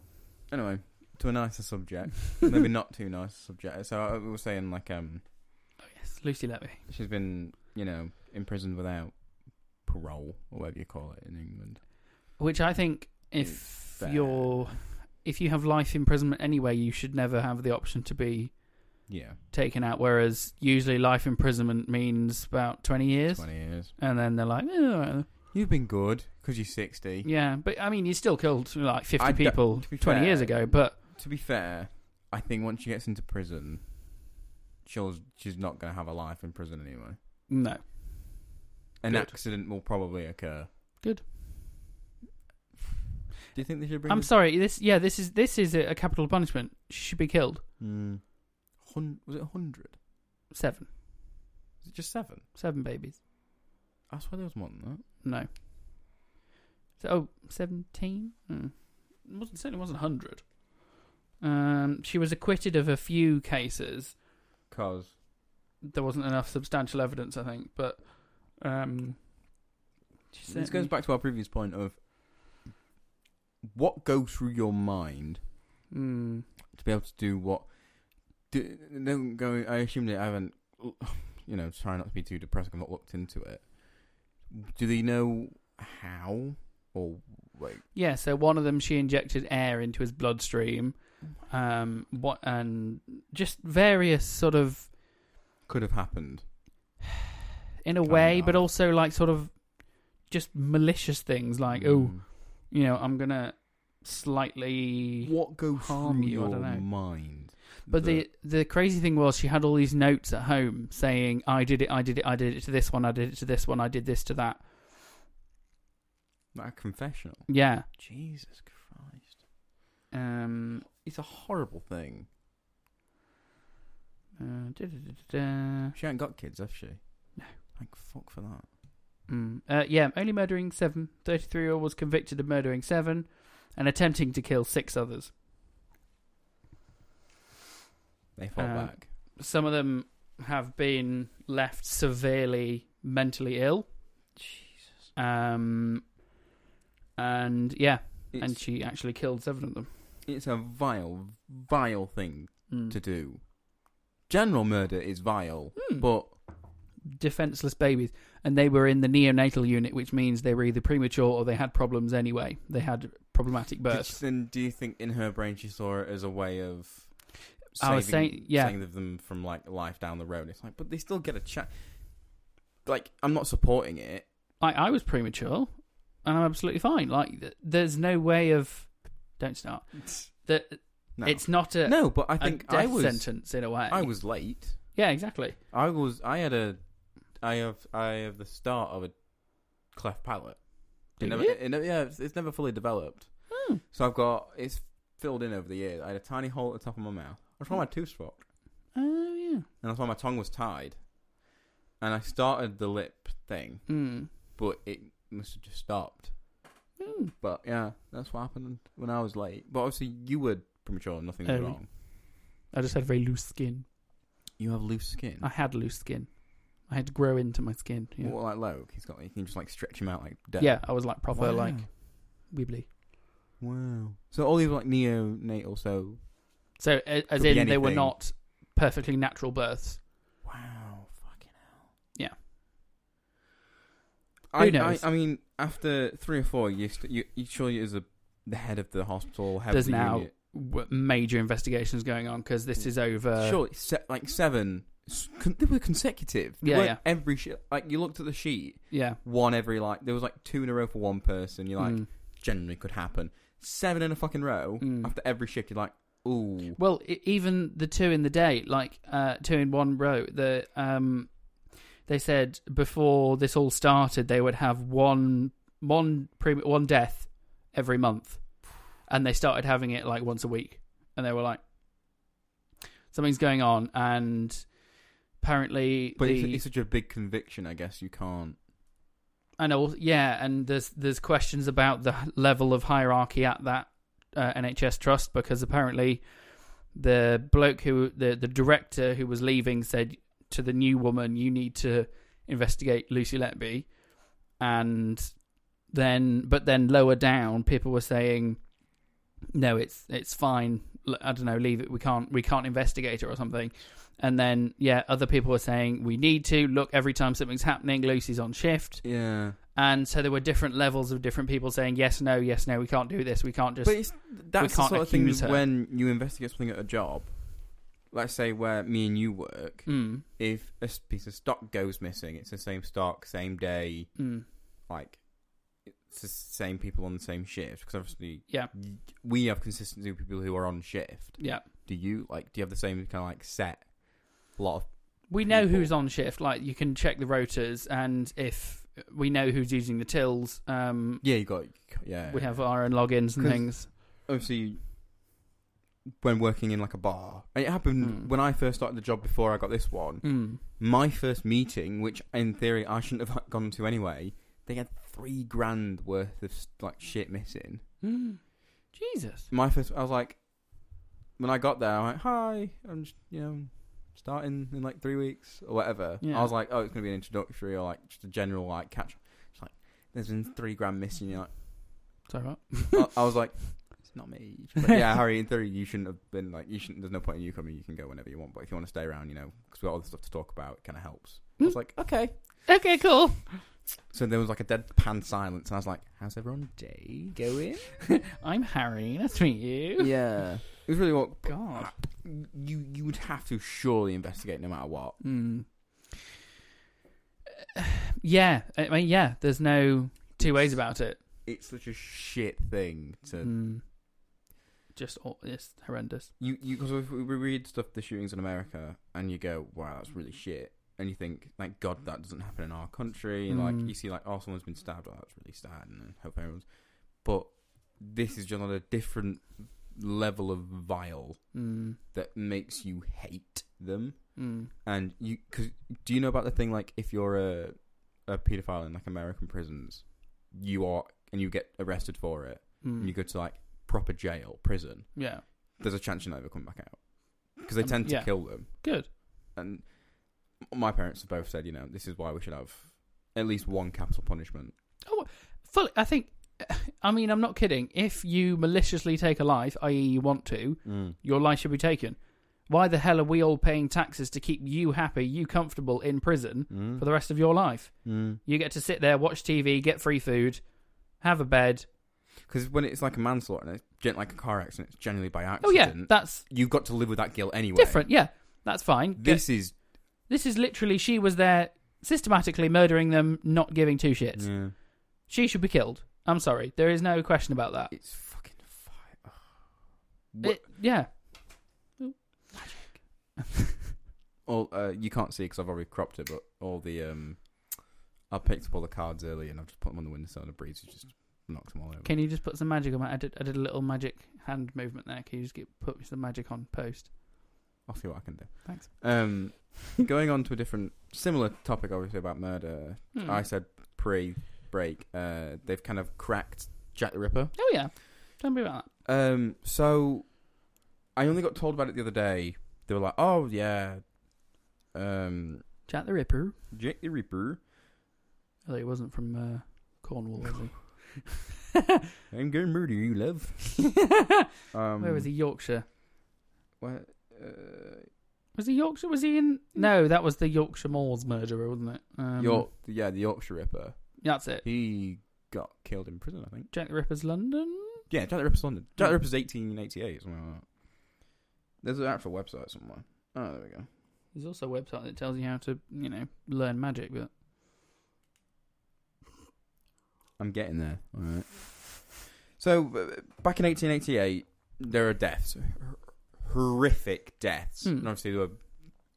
Anyway, to a nicer subject. Maybe not too nice a subject. So I, we were saying, like, um,
Oh, yes, Lucy Levy.
she's been, you know, imprisoned without parole, or whatever you call it in England.
Which I think
It's
if
fair.
you're if you have life imprisonment anyway, you should never have the option to be
Yeah,
taken out. Whereas usually life imprisonment means about twenty years,
20 years.
and then they're like, "Eh,
You've been good because you're 60.
yeah. But I mean, you still killed like fifty
I don't-
people
to be
twenty
fair,
years ago. But
To be fair, I think once she gets into prison, she'll, she's not going to have a life in prison anyway.
no,
An
Good.
accident will probably occur.
Good.
Do you think they should bring?
I'm sorry. This yeah, this is this is a, a capital punishment. She should be killed.
Mm. Hun- was it hundred?
Seven,
Was it just seven?
seven babies.
I swear there was more than that.
No. So, oh, 17? Hmm. It wasn't, certainly wasn't 100. Um, she was acquitted of a few cases.
Cause
There wasn't enough substantial evidence, I think, but. Um, she
this goes
certainly-
back to our previous point of what goes through your mind
Hmm.
to be able to do what. Do, don't go. I assume they haven't. You know, try not to be too depressed. I've not looked into it. Do they know how or wait?
Yeah, so one of them she injected air into his bloodstream. Um, what and just various sort of
Could have happened.
in a way,
no.
but also like sort of just malicious things like oh,
Mm.
you know, I'm gonna slightly
what goes
harm
through
you, I
your
dunno.
mind.
But the the crazy thing was, she had all these notes at home saying, "I did it, I did it, I did it to this one, I did it to this one, I did this to that."
that confessional.
Yeah,
Jesus Christ,
um,
it's a horrible thing.
uh, da-da-da-da-da.
She ain't got kids, has she?
No.
Like fuck for that.
Mm. Uh, yeah, only murdering seven. Thirty-three year old was convicted of murdering seven and attempting to kill six others.
They fought
Um,
back.
Some of them have been left severely mentally ill. Jesus. Um, and yeah,
It's,
and she actually killed seven of them.
it's a vile, vile thing
Mm.
to do. General murder is vile,
Hmm.
but
defenseless babies, and they were in the neonatal unit, which means they were either premature or they had problems anyway. They had problematic
Did-
births.
then do you think in her brain she saw it as a way of?
I was saying- yeah.
saving them from like life down the road. It's like, but they still get a chat. Like, I'm not supporting it.
I, I was premature, and I'm absolutely fine. Like, th- there's no way of don't start. That
No.
it's not a,
No, but I
a
think
death
I was
sentence in a way.
I was late.
yeah, exactly.
I was I had a I have I have the start of a cleft palate.
Do
It never,
you?
it never- yeah, it's, it's never fully developed.
Hmm.
So I've got it's filled in over the years. I had a tiny hole at the top of my mouth. That's why my tooth dropped,
Oh yeah.
and that's why my tongue was tied. And I started the lip thing,
Mm.
but it must have just stopped.
Mm.
But yeah, that's what happened when I was late. But obviously, you were premature. Nothing was
Early.
wrong.
I just had very loose skin.
You have loose skin.
I had loose skin. I had to grow into my skin. Yeah,
What, like Loke, he's got. You can just like stretch him out like. Dead.
yeah I was like proper
Wow.
like wibbly.
Wow. So all these like neonatal, so
So a- as
Could be
in they were
anything.
not perfectly natural births.
wow, fucking hell.
Yeah.
I,
Who knows?
I, I mean, after three or four, you st- you, you surely is a, the head of the hospital. Head
There's
of the
now
unit.
w- major investigations going on because
Mm.
this is over.
surely se- like seven. s- Con- they were consecutive. They
Yeah,
weren't
yeah.
Every sh- like you looked at the sheet,
Yeah.
one every like there was like two in a row for one person. You're like oh,
Mm.
generally could happen. Seven in a fucking row
Mm.
after every shift. You're like, ooh,
Well, i even the two in the day, like uh, two in one row, the um, they said before this all started they would have one one pre- one death every month and they started having it like once a week, and they were like, something's going on, and apparently,
But it's,
the,
it's such a big conviction, I guess you can't.
and all, yeah, and there's there's questions about the level of hierarchy at that uh, NHS trust because apparently the bloke who the the director who was leaving said to the new woman, "You need to investigate Lucy Letby," and then but then lower down, people were saying, "No, it's it's fine. L- I don't know, leave it. We can't we can't investigate it or something." And then yeah, other people were saying, "We need to look every time something's happening. Lucy's on shift."
Yeah,
and so there were different levels of different people saying yes no yes no we can't do this we can't just
but it's, that's the
can't
sort of thing
accuse her.
when you investigate something at a job. Let's say where me and you work.
mm,
If a s- piece of stock goes missing, it's the same stock, same day.
mm,
Like it's the same people on the same shift because obviously,
Yeah.
y- we have consistency with people who are on shift.
yeah
Do you like? Do you have the same kind of like set lot of
we know
People.
who's on shift like you can check the rotors and if we know who's using the tills um
Yeah, you got yeah.
we have our own logins and
'Cause-
things
obviously when working in like a bar. And it happened
Hmm.
when I first started the job before I got this one.
mm,
My first meeting, which in theory I shouldn't have gone to anyway, they had three grand worth of like shit missing.
mm. jesus
My first, I was like, when I got there, I'm like, hi, I'm just, you know starting in like three weeks or whatever.
Yeah.
I was like, oh, it's gonna be an introductory or like just a general like catch. It's like there's been three grand missing. You're like.
sorry about
I, I was like, it's not me. But yeah, Harry. In theory, you shouldn't have been like you shouldn't. There's no point in you coming. You can go whenever you want. But if you want to stay around, you know, because we got all this stuff to talk about, it kind of helps. I was like, okay.
okay cool
So there was like a deadpan silence, and I was like, how's everyone day going?
i'm harry nice to meet you
yeah, it was really what
god
you you would have to surely investigate no matter what.
mm. yeah i mean yeah there's no two ways about it
It's such a shit thing to
Mm. Just all, it's horrendous.
you you because we we read stuff the shootings in America and you go wow that's really shit and you think like God that doesn't happen in our country and like
Mm.
you see like oh someone's been stabbed oh that's really sad and I hope everyone's but this is just on a different level of vile
Mm.
that makes you hate them
Mm.
and you cause do you know about the thing like if you're a a paedophile in like American prisons you are and you get arrested for it
Mm.
and you go to like proper jail prison
yeah,
there's a chance you'll never come back out because they
Um,
tend to
yeah.
kill them.
good.
And my parents have both said, you know, this is why we should have at least one capital punishment.
Fully, I think. I mean, I'm not kidding. If you maliciously take a life, i.e., you want to, your life should be taken. Why the hell are we all paying taxes to keep you happy, you comfortable in prison for the rest of your life? You get to sit there, watch TV, get free food, have a bed.
Because when it's like a manslaughter, and it's gen- like a car accident, it's generally by
Oh
accident.
yeah, that's
you've got to live with that guilt anyway.
different. Yeah, that's fine. Get-
This is
This is literally she was there systematically murdering them, not giving two shits.
yeah.
She should be killed. I'm sorry, there is no question about that.
it's fucking fire.
It, yeah,
all uh, you can't see because I've already cropped it, but all the um, I picked up all the cards early and I've just put them on the windowsill and the breeze has just knocked them all over.
can you just put some magic on? My, I did. I did a little magic hand movement there. Can you just get put some magic on post?
I'll see what I can do.
Thanks.
Um, going on to a different, similar topic, obviously about murder.
Hmm.
I said pre-break. Uh, they've kind of cracked Jack the Ripper.
Oh yeah, don't be about
Um, so I only got told about it the other day. They were like, "Oh yeah, um,
that. Jack the Ripper.
Jack the Ripper."
Although he wasn't from uh, Cornwall, was he?
I'm gonna murder you, love. Um,
Where was he? Yorkshire.
What, uh,
Was he Yorkshire? Was he in? No, that was the Yorkshire Moors murderer, wasn't it? Um,
York, yeah, the Yorkshire Ripper.
That's it.
He got killed in prison, I think.
Jack the Ripper's London.
Yeah, Jack the Ripper's London. Jack
Hmm.
the Ripper's 1888, something like that. There's an actual website somewhere. Oh, there we go.
There's also a website that tells you how to, you know, learn magic. But
I'm getting there. All right. So, uh, back in 1888, there are deaths, Hor- horrific deaths,
Hmm.
and obviously they were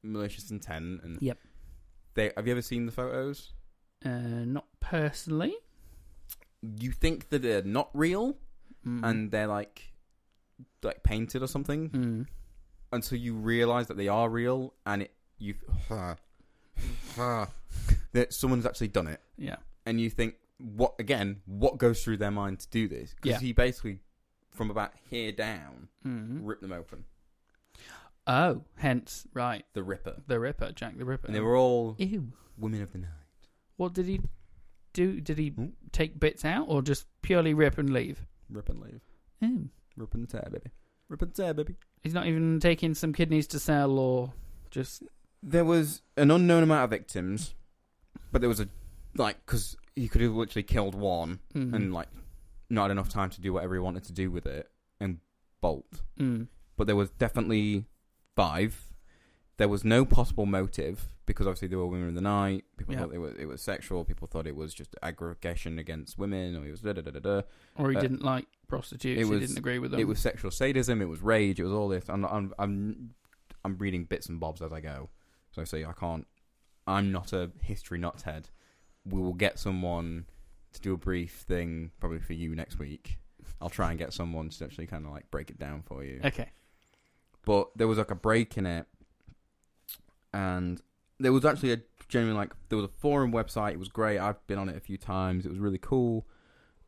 malicious intent. And
Yep.
They have you ever seen the photos?
uh, not personally.
You think that they're not real,
Mm.
and they're like like painted or something
Mm.
and so you realize that they are real and it you that someone's actually done it
yeah,
and you think what again what goes through their mind to do this because
Yeah.
he basically from about here down
mm.
ripped them open
oh, hence right,
the ripper
the Ripper, Jack the Ripper.
and they were all
Ew.
women of the night
What did he do? Did he
Hmm?
take bits out or just purely rip and leave?
rip and leave
Ew.
rip and tear baby rip and tear baby
He's not even taking some kidneys to sell or just
there was an unknown amount of victims but there was a like because he could have literally killed one
mm,
and like not enough time to do whatever he wanted to do with it and bolt.
mm,
But there was definitely five. There was no possible motive because obviously there were women in the night. People
Yeah.
thought it was it was sexual. People thought it was just aggregation against women, or it was da da da da da.
or he
uh,
didn't like prostitutes.
it was-
he didn't agree with them.
It was sexual sadism. It was rage. It was all this. I'm not- I'm I'm I'm reading bits and bobs as I go. So I say I can't. I'm not a history nuts head. We will get someone to do a brief thing probably for you next week. I'll try and get someone to actually kind of like break it down for you.
okay.
But there was like a break in it, and there was actually a genuine like there was a forum website. It was great. I've been on it a few times. It was really cool.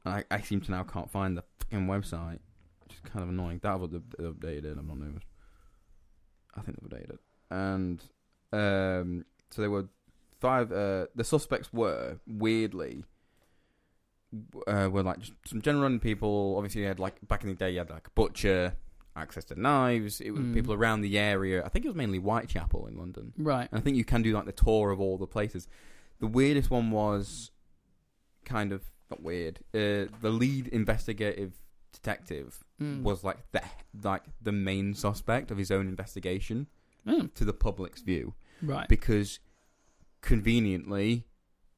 And I, I seem to now can't find the fucking website, which is kind of annoying. That was up- updated. I'm not nervous. I think they updated. And um, so there were five. Uh, the suspects were weirdly. Uh, were like just some general random people. Obviously, you had like back in the day, you had like a butcher, access to knives. It was
Mm.
people around the area. I think it was mainly Whitechapel in London.
Right.
And I think you can do like the tour of all the places. The weirdest one was kind of not weird. Uh, the lead investigative detective
Mm.
was like the like the main suspect of his own investigation
Mm,
to the public's view
right.
because conveniently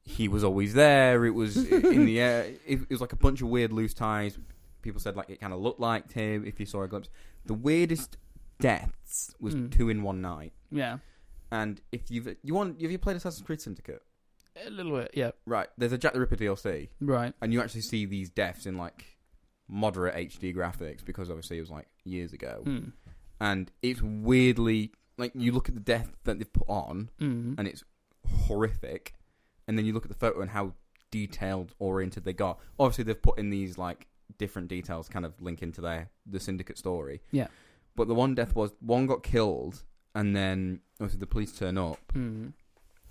he was always there. It was in the air. It, it was like a bunch of weird loose ties. People said like it kind of looked like him if you saw a glimpse. The weirdest deaths was
Mm.
two in one night.
yeah.
And if you've you want have you played Assassin's Creed Syndicate?
A little bit. Yeah.
Right, there's a Jack the Ripper DLC,
Right.
and you actually see these deaths in like moderate HD graphics because obviously it was like years ago,
Mm.
and it's weirdly like you look at the death that they've put on,
Mm.
and it's horrific, and then you look at the photo and how detailed oriented they got. Obviously, they've put in these like different details, kind of link into their the Syndicate story.
Yeah.
but the one death was one got killed, and then obviously the police turn up.
Mm.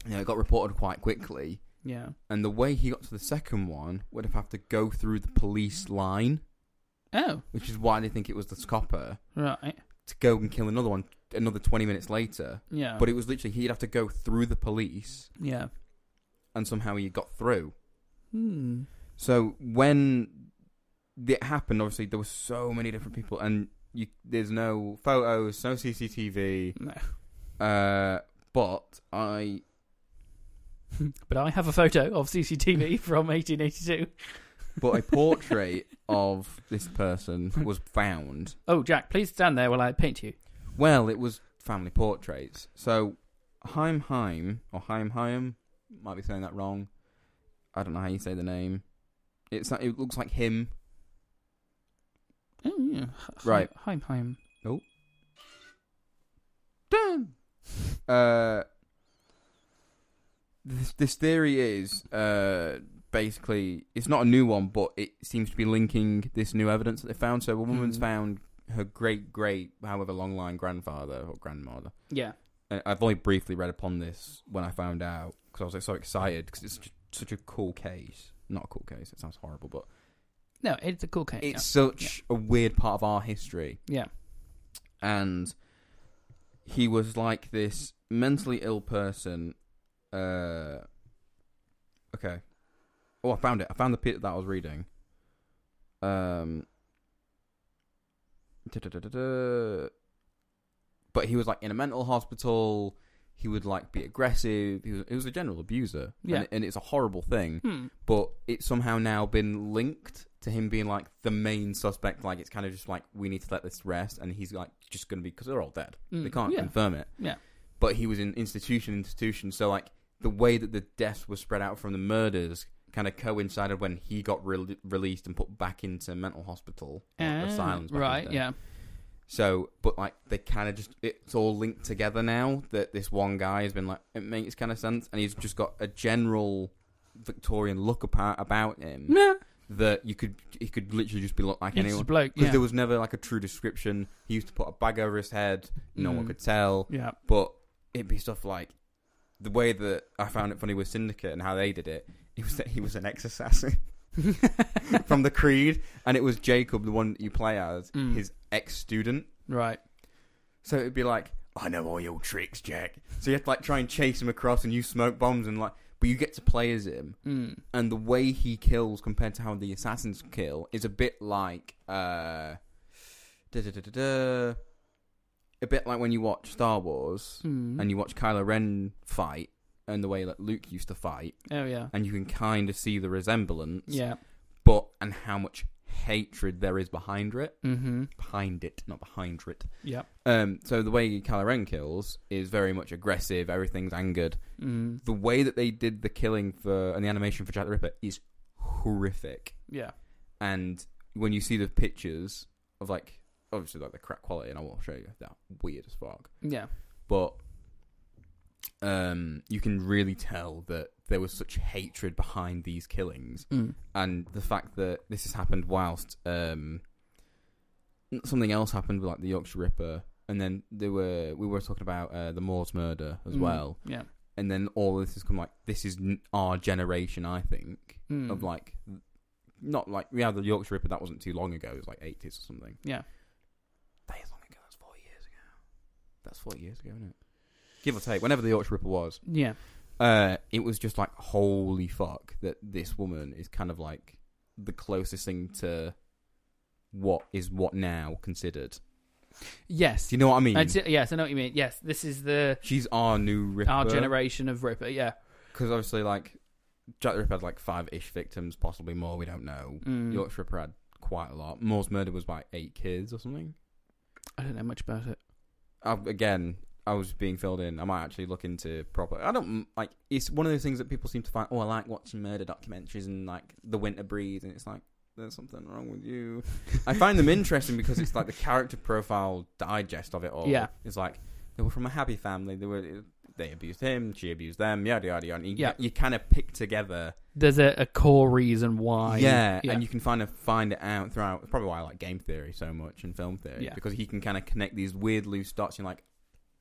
you know, it got reported quite quickly.
Yeah.
And the way he got to the second one would have had to go through the police line,
Oh.
which is why they think it was the scopper,
Right.
to go and kill another one another 20 minutes later.
Yeah.
But it was literally, he'd have to go through the police,
yeah.
and somehow he got through.
Mm.
So when it happened, obviously, there were so many different people, and you, there's no photos, no CCTV.
No.
Uh, but I
But I have a photo of CCTV from 1882.
but a portrait of this person was found.
Oh, Jack, please stand there while I paint you.
Well, it was family portraits. So Heimheim or Heimheim might be saying that wrong. I don't know how you say the name. It's not, it looks like him.
Oh, yeah.
Right.
Heim, Heim.
Damn. Uh, this, this theory is uh, basically it's not a new one, but it seems to be linking this new evidence that they found. So a woman's
Mhm.
found her great great, however long line grandfather or grandmother.
Yeah.
I- I've only briefly read upon this when I found out because I was like, so excited because it's such, such a cool case. Not a cool case. It sounds horrible, but
No, it's a cool case.
it's such a weird part of our history.
Yeah.
And he was like this mentally ill person. Uh, okay. Oh, I found it. I found the bit that I was reading. Um. da-da-da-da-da. But he was like in a mental hospital. He would like be aggressive. He was, he was a general abuser.
Yeah.
And, and it's a horrible thing
Hmm.
but it's somehow now been linked to him being like the main suspect. Like it's kind of just like we need to let this rest, and he's like just going to be because they're all dead.
Mm.
They can't
Yeah.
confirm it.
Yeah.
But he was in institution, institution. So like the way that the deaths were spread out from the murders kind of coincided when he got re- released and put back into mental hospital or
Ah,
asylums. back in
right?
the day.
Yeah.
So, but like they kind of just it's all linked together now that this one guy has been like it makes kind of sense, and he's just got a general Victorian look apart about him
Yeah.
that you could he could literally just be looked like
It's just a
anyone.
bloke.
Because
Yeah.
there was never like a true description. He used to put a bag over his head, no one
Mm.
could tell.
yeah.
But it'd be stuff like the way that I found it funny with Syndicate and how they did it. It was that he was an ex assassin from the Creed, and it was Jacob, the one that you play as,
Mm.
his ex student.
Right.
So it'd be like, I know all your tricks, Jack. So you have to like try and chase him across, and you smoke bombs, and like, but you get to play as him,
Mm.
and the way he kills compared to how the assassins kill is a bit like, uh, da da da da da, a bit like when you watch Star Wars
Mm.
and you watch Kylo Ren fight and the way that Luke used to fight,
oh yeah.
and you can kind of see the resemblance,
Yeah.
but and how much hatred there is behind it,
Mm-hmm.
behind it, not behind it.
Yep.
Um, so the way Kylo Ren kills is very much aggressive. Everything's angered.
Mm.
The way that they did the killing for and the animation for Jack the Ripper is horrific.
Yeah.
And when you see the pictures of like obviously like the crap quality, and I won't show you that weird as fuck,
Yeah.
but um, you can really tell that there was such hatred behind these killings,
Mm.
and the fact that this has happened whilst um, something else happened with like the Yorkshire Ripper. And then there were we were talking about uh, the Moors murder as
Mm.
well,
Yeah.
and then all this has come like this is n- our generation i think
Mm.
of like not like we had the yorkshire ripper that wasn't too long ago it was like 80s or something
Yeah.
that is long ago that's 40 years ago that's 40 years ago isn't it give or take whenever the yorkshire ripper was
Yeah.
uh it was just like holy fuck that this woman is kind of like the closest thing to what is what now considered
Yes.
do you know what i mean
I'd say- yes, I know what you mean. Yes, this is the
she's our new ripper
our generation of Ripper. Yeah.
because obviously, like Jack the Ripper had like five-ish victims, possibly more. We don't know.
Mm.
Yorkshire Ripper had quite a lot. Moore's murder was like eight kids or something.
I don't know much about it.
I, again, I was being filled in. I might actually look into proper. I don't like. It's one of those things that people seem to find. Oh, I like watching murder documentaries and like The Winter Breeze, and it's like there's something wrong with you. I find them interesting because it's like the character profile digest of it all.
Yeah.
it's like they were from a happy family. They were they abused him, she abused them, yada yada yada. You,
Yeah.
you kind of pick together.
There's a, a core reason why.
yeah,
Yeah.
and you can find a, find it out throughout. It's probably why I like game theory so much and film theory
Yeah.
because he can kind of connect these weird loose dots. And you're like,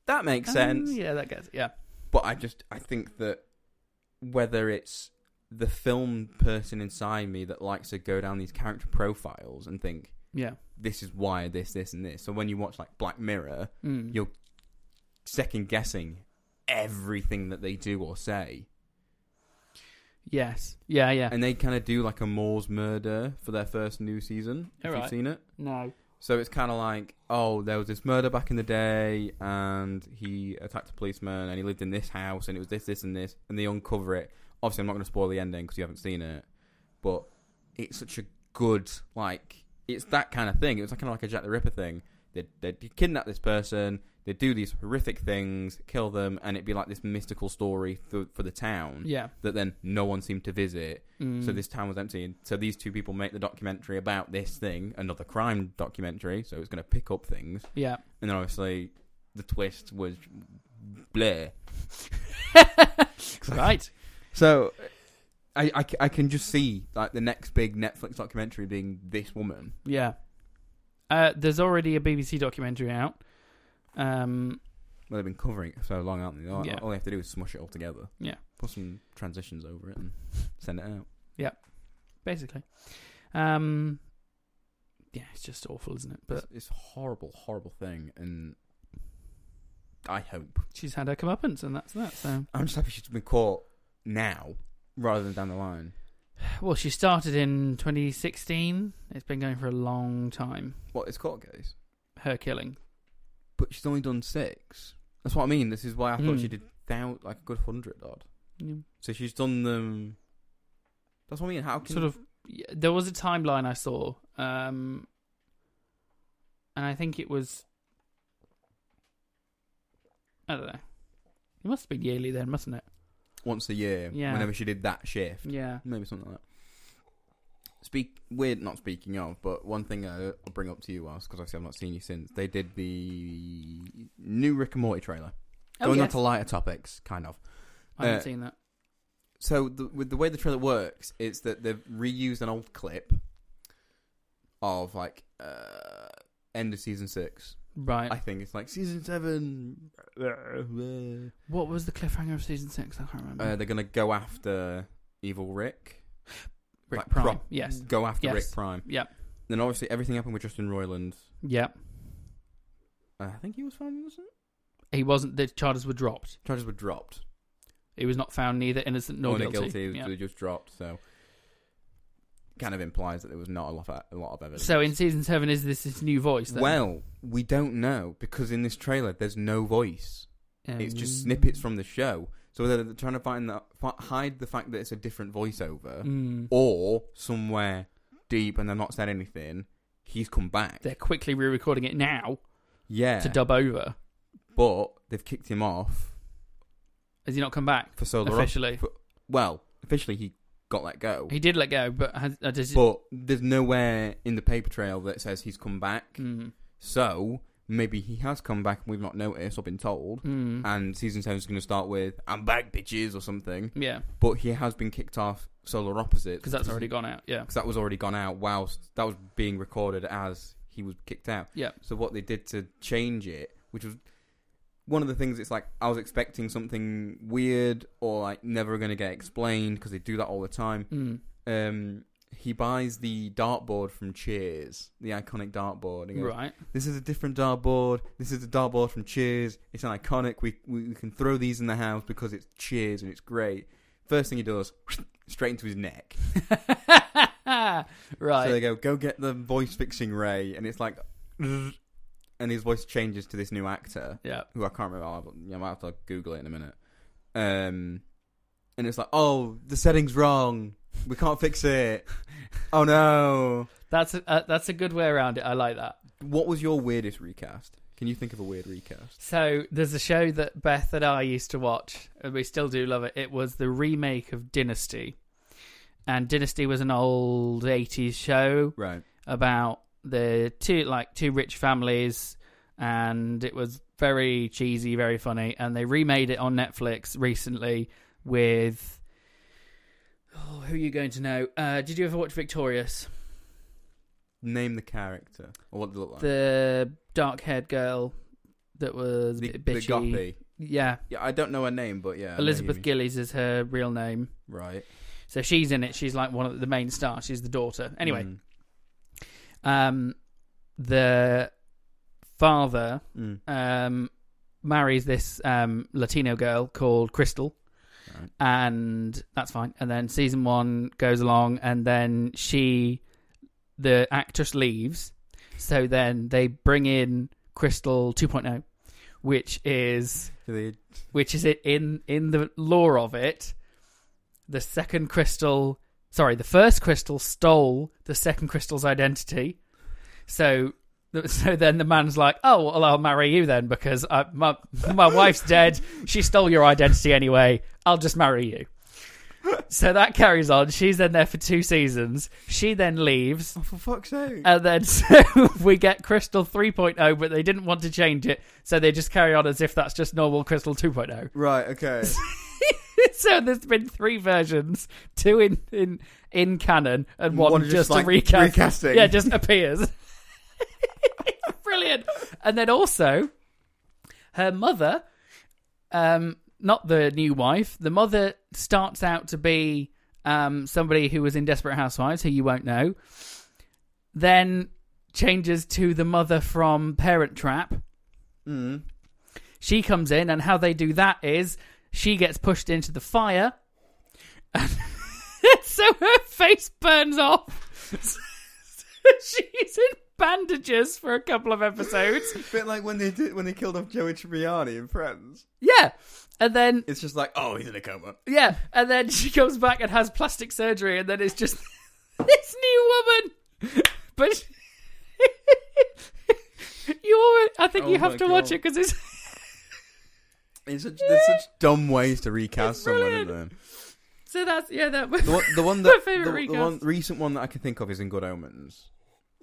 that makes
Oh,
sense.
yeah, that gets. Yeah.
But I just I think that whether it's the film person inside me that likes to go down these character profiles and think
Yeah.
this is why this this and this. So when you watch like Black Mirror,
Mm.
you're second guessing everything that they do or say.
Yes. Yeah. Yeah.
And they kind of do like a Moore's murder for their first new season. If
Alright.
you've seen it.
no.
So it's kind of like, oh, there was this murder back in the day, and he attacked a policeman, and he lived in this house, and it was this, this, and this, and they uncover it. Obviously, I'm not going to spoil the ending because you haven't seen it, but it's such a good like, it's that kind of thing. It was kind of like a Jack the Ripper thing. They they kidnap this person, they do these horrific things, kill them, and it'd be like this mystical story for, for the town
Yeah.
that then no one seemed to visit.
Mm.
So this town was empty. And so these two people make the documentary about this thing, another crime documentary. So it's going to pick up things.
Yeah.
And then obviously, the twist was Blair.
right.
So I, I c- I can just see like the next big Netflix documentary being this woman.
Yeah. Uh, there's already a BBC documentary out. Um.
Well, they've been covering it for so long, aren't they? All,
Yeah.
all they have to do is smush it all together.
Yeah.
Put some transitions over it and send it out.
Basically. Um. Yeah, it's just awful, isn't it? But
But it's, it's a horrible, horrible thing. And I hope.
she's had her comeuppance, and that's that. So.
I'm just happy she's been caught now rather than down the line.
Well, she started in 2016. It's been going for a long time.
What it's court case,
Her killing.
but she's only done six. That's what I mean. This is why I thought
Hmm.
she did down like a good hundred odd.
Yeah.
So she's done them. That's what I mean. How can
Sort of. yeah, There was a timeline I saw, um, and I think it was. I don't know. It must have been yearly then, mustn't it?
once a year
Yeah.
whenever she did that shift.
Yeah.
Maybe something like that. Speak weird, not speaking of, but one thing I- I'll bring up to you, was because obviously I've not seen you since. They did the new Rick and Morty trailer.
Oh,
Going
yes.
on to lighter topics, kind of.
I haven't
uh,
seen that.
So the, with the way the trailer works, it's that they've reused an old clip of like uh, end of season six.
Right.
I think it's like season seven. Uh,
What was the cliffhanger of season six? I can't remember.
they're gonna go after evil Rick.
Rick
like,
Prime. Mm.
prop-
Yes.
Go after
Yes.
Rick Prime.
Yep.
Then obviously everything happened with Justin Roiland.
Yep.
Uh, I think he was found innocent.
He wasn't. The charges were dropped.
Charges were dropped.
He was not found neither innocent nor
Or they're
guilty.
They
Yeah.
were just dropped. So kind of implies that there was not a lot of, a lot of evidence.
So in season seven, is this his new voice? Then?
Well, we don't know because in this trailer there's no voice. It's
Mm. Um,
just snippets from the show. So they're they're trying to find that, fi- hide the fact that it's a different voiceover,
Mm.
or somewhere deep and they've not said anything. He's come back.
They're quickly re-recording it now
yeah,
to dub over.
but they've kicked him off
Has he not come back
for so long.
officially?
Well, officially he got let go,
He did let go, but has, uh, does
but there's nowhere in the paper trail that says he's come back.
Mm.
So maybe he has come back and we've not noticed or been told.
Mm.
And season seven's going to start with "I'm back, bitches" or something.
yeah,
but he has been kicked off solar opposite
because that's already gone out. Yeah,
because that was already gone out whilst that was being recorded as he was kicked out.
Yeah.
So what they did to change it, which was one of the things, it's like I was expecting something weird or like never going to get explained because they do that all the time.
mm.
Um, he buys the dartboard from Cheers, the iconic dartboard. and he goes,
right.
this is a different dartboard. This is a dartboard from Cheers. It's an iconic. We, we we can throw these in the house because it's Cheers and it's great. First thing he does, straight into his neck.
right.
So they go, go get the voice fixing Ray, and it's like, and his voice changes to this new actor
yeah.
who I can't remember. I'll, I might have to Google it in a minute. Um, and it's like, oh, the setting's wrong. We can't fix it. Oh no.
That's a, uh, that's a good way around it. I like that.
What was your weirdest recast? Can you think of a weird recast?
So there's a show that Beth and I used to watch, and we still do love it. It was the remake of Dynasty, and Dynasty was an old '80s show
Right.
about the two like two rich families, and it was very cheesy, very funny. And they remade it on Netflix recently with. Oh, who are you going to know? Uh, did you ever watch Victorious?
Name the character or what they look like.
The dark-haired girl that was a bit bitchy.
gothy.
yeah,
Yeah, I don't know her name, but yeah. I know
Elizabeth
you mean.
Gillies is her real name.
Right.
So she's in it. She's like one of the main stars. She's the daughter. Anyway,
Mm.
um, the father
Mm.
um, marries this um, Latino girl called Crystal,
Right.
and that's fine. And then season one goes along, and then she, the actress, leaves. So then they bring in Crystal 2.0, which is
Do they-
which is it in in the lore of it the second crystal sorry the first crystal stole the second crystal's identity so so then the man's like oh well i'll marry you then because I, my my wife's dead she stole your identity anyway i'll just marry you so that carries on she's then there for two seasons she then leaves
Oh, for fuck's sake.
and then so we get Crystal 3.0, but they didn't want to change it, so they just carry on as if that's just normal Crystal oh. 2.0.
right, okay.
so there's been three versions, two in in, in canon and one,
One
just,
just,
a
like,
recast.
recasting.
Yeah, just appears. Brilliant. And then also, her mother, um, not the new wife, the mother starts out to be um, somebody who was in Desperate Housewives, who you won't know. Then changes to the mother from Parent Trap.
mm.
She comes in, and how they do that is she gets pushed into the fire, and so her face burns off. She's in bandages for a couple of episodes.
bit like when they did when they killed off Joey Tribbiani in Friends.
Yeah. And then,
It's just like, oh, he's in a coma.
yeah. And then she comes back and has plastic surgery, and then it's just this new woman. But. she- You, always- I think
Oh
you have
my
to watch
God.
it because it's
It's such, there's such dumb ways to recast
It's
someone. Isn't
brilliant.
there?
So that's yeah, that
The one, the one
My
that
favourite
the, the one
recast. Mm.
recent one that I can think of is in Good Omens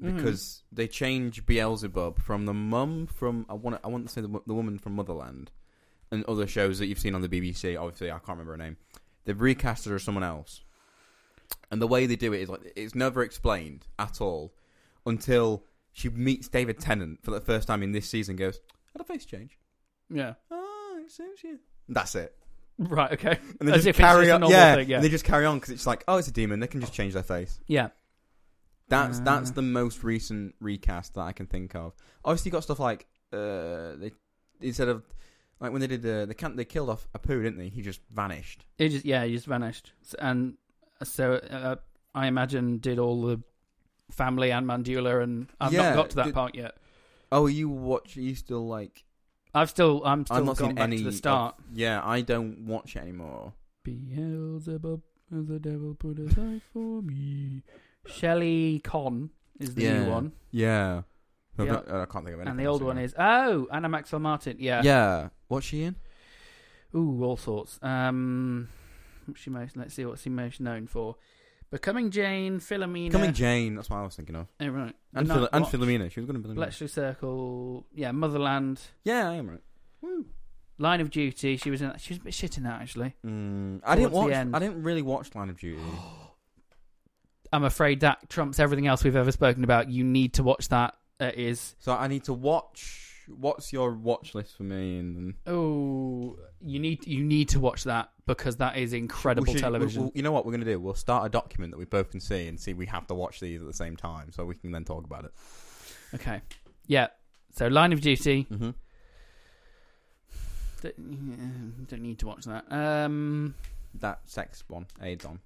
because they change Beelzebub from the mum from I want I want to say the, wo- the woman from Motherland and other shows that you've seen on the BBC. Obviously, I can't remember her name. They've recast her as someone else, and the way they do it is like it's never explained at all until she meets David Tennant for the first time in this season. and Goes had a face change.
yeah.
Oh, it suits you. That's it
Right. Okay.
and they
As
just
if it's
carry
just a
on.
normal
yeah,
thing, yeah.
and they just carry on because it's like, oh, it's a demon. They can just change their face.
Yeah.
That's
Ah.
that's the most recent recast that I can think of. Obviously, you got stuff like uh, they instead of like when they did the they can they killed off Apu, didn't they? He just vanished.
It just yeah, it just vanished. S- And so uh, I imagine did all the family and Mandula, and I've
Yeah,
not got to that
did-
part yet.
Oh, you watch? Are you still like?
I've still I'm still
I'm not
gone
seeing
back
any.
to the start.
of- yeah, I don't watch it anymore.
Beelzebub, the devil put aside for me. Shelley Con is the
Yeah.
new one,
Yeah, I've
Yeah.
not- I can't think of anything.
and the old
so-
one is oh Anna Maxwell Martin. Yeah.
yeah. What's she in?
Ooh, all sorts. Um, what's she most? Let's see what she most known for. Becoming Jane, Philomena.
Coming Jane. That's what I was thinking of.
Oh, right. The
And,
Night
Phil- and
Watch,
Philomena. She was going to Philomena.
Bletchley Circle. Yeah, Motherland.
Yeah, I am right. Woo.
Line of Duty. She was in. She was a bit shit in that actually.
Mm, I didn't
Towards
watch.
the end.
I didn't really watch Line of Duty.
I'm afraid that trumps everything else we've ever spoken about. You need to watch that. It is.
so I need to watch. What's your watch list for me? And then
Oh, you need you need to watch that because that is incredible
We should-
television.
we- we- you know what we're gonna do? We'll start a document that we both can see and see. We have to watch these at the same time, so we can then talk about it.
Okay. Yeah. So Line of Duty.
Mm-hmm.
Don't, yeah, don't need to watch that. Um.
That sex one, AIDS on,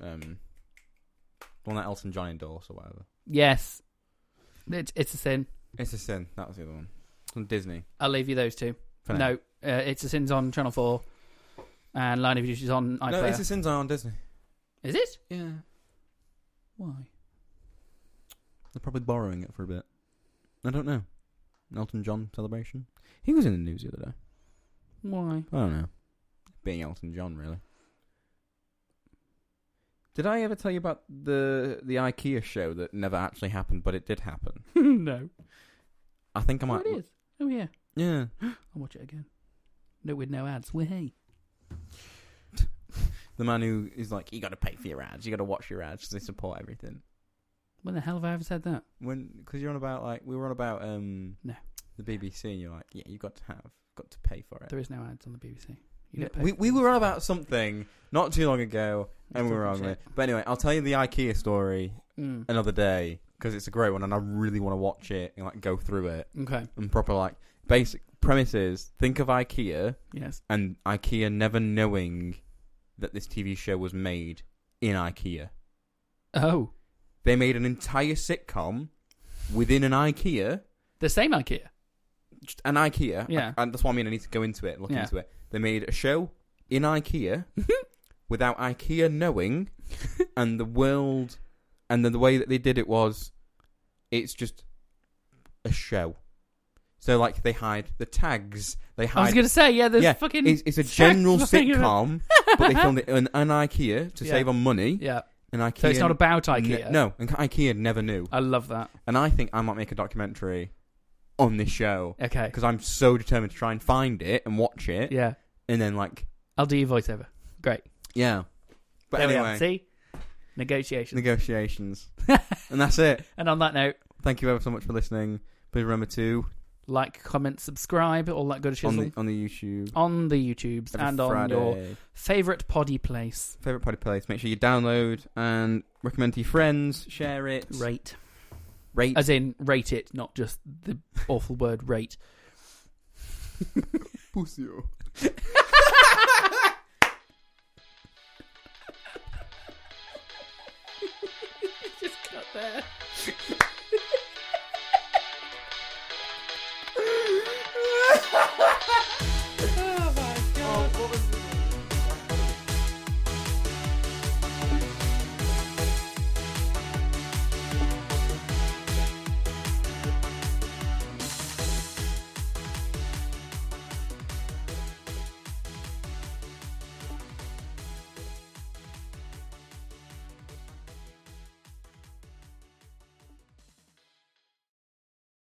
um, the one that Elton John endorsed or whatever.
Yes. It's, it's a sin.
It's a sin. That was the other one. It's on Disney.
I'll leave you those two.
for now.
no, uh, It's a Sin's on Channel 4 and Line of Duty is on
no,
iPlayer.
it's a sin's on Disney.
Is it?
Yeah,
Why?
they're probably borrowing it for a bit. I don't know. Elton John celebration. He was in the news the other day.
Why?
I don't know. Being Elton John, really. Did I ever tell you about the the IKEA show that never actually happened, but it did happen?
no.
I think I
Oh,
might.
it is. Oh, yeah.
Yeah.
I'll watch it again. No, with no ads. Way. hey.
The man who is like, you got to pay for your ads, you got to watch your ads 'cause they support everything.
When the hell have I ever said that?
When because you're on about like we were on about um
No.
the BBC and you're like, yeah, you got to have got to pay for it.
There is no ads on the BBC. You
No,
get paid
we
for
we
things.
were on about something not too long ago and we were wrong. with it. But anyway, I'll tell you the IKEA story
Mm.
another day because it's a great one and I really want to watch it and like go through it
Okay.
and proper like basic premises. Think of IKEA
Yes.
and IKEA never knowing that this TV show was made in IKEA.
Oh.
They made an entire sitcom within an IKEA,
The same IKEA.
just an IKEA.
Yeah.
and that's what I mean. I need to go into it, and look
Yeah.
into it. They made a show in IKEA without IKEA knowing, and the world, and then the way that they did it was, it's just a show. So like they hide the tags, they hide.
I was going to say, yeah, there's
yeah,
fucking.
it's, it's a
sex
general
thing in it.
sitcom, but they filmed it in an IKEA to
Yeah.
save on money.
Yeah.
And IKEA,
So it's not about IKEA.
N- no, and IKEA never knew.
I love that.
And I think I might make a documentary on this show
Okay.
because I'm so determined to try and find it and watch it,
Yeah.
and then like
I'll do your voiceover. Great.
yeah. But
There we are.
anyway,
see negotiations.
negotiations, and that's it.
and on that note,
Thank you ever so much for listening. Please remember to
like, comment, subscribe, all that good shit
on
on,
the on the YouTube
on the YouTubes
every
Oh, and on
Friday.
your favorite poddy place.
favorite party place. Make sure you download and recommend to your friends, share it,
Rate,
rate.
as in rate it, not just the awful word rate.
Pussy-o.
Just cut there. Oh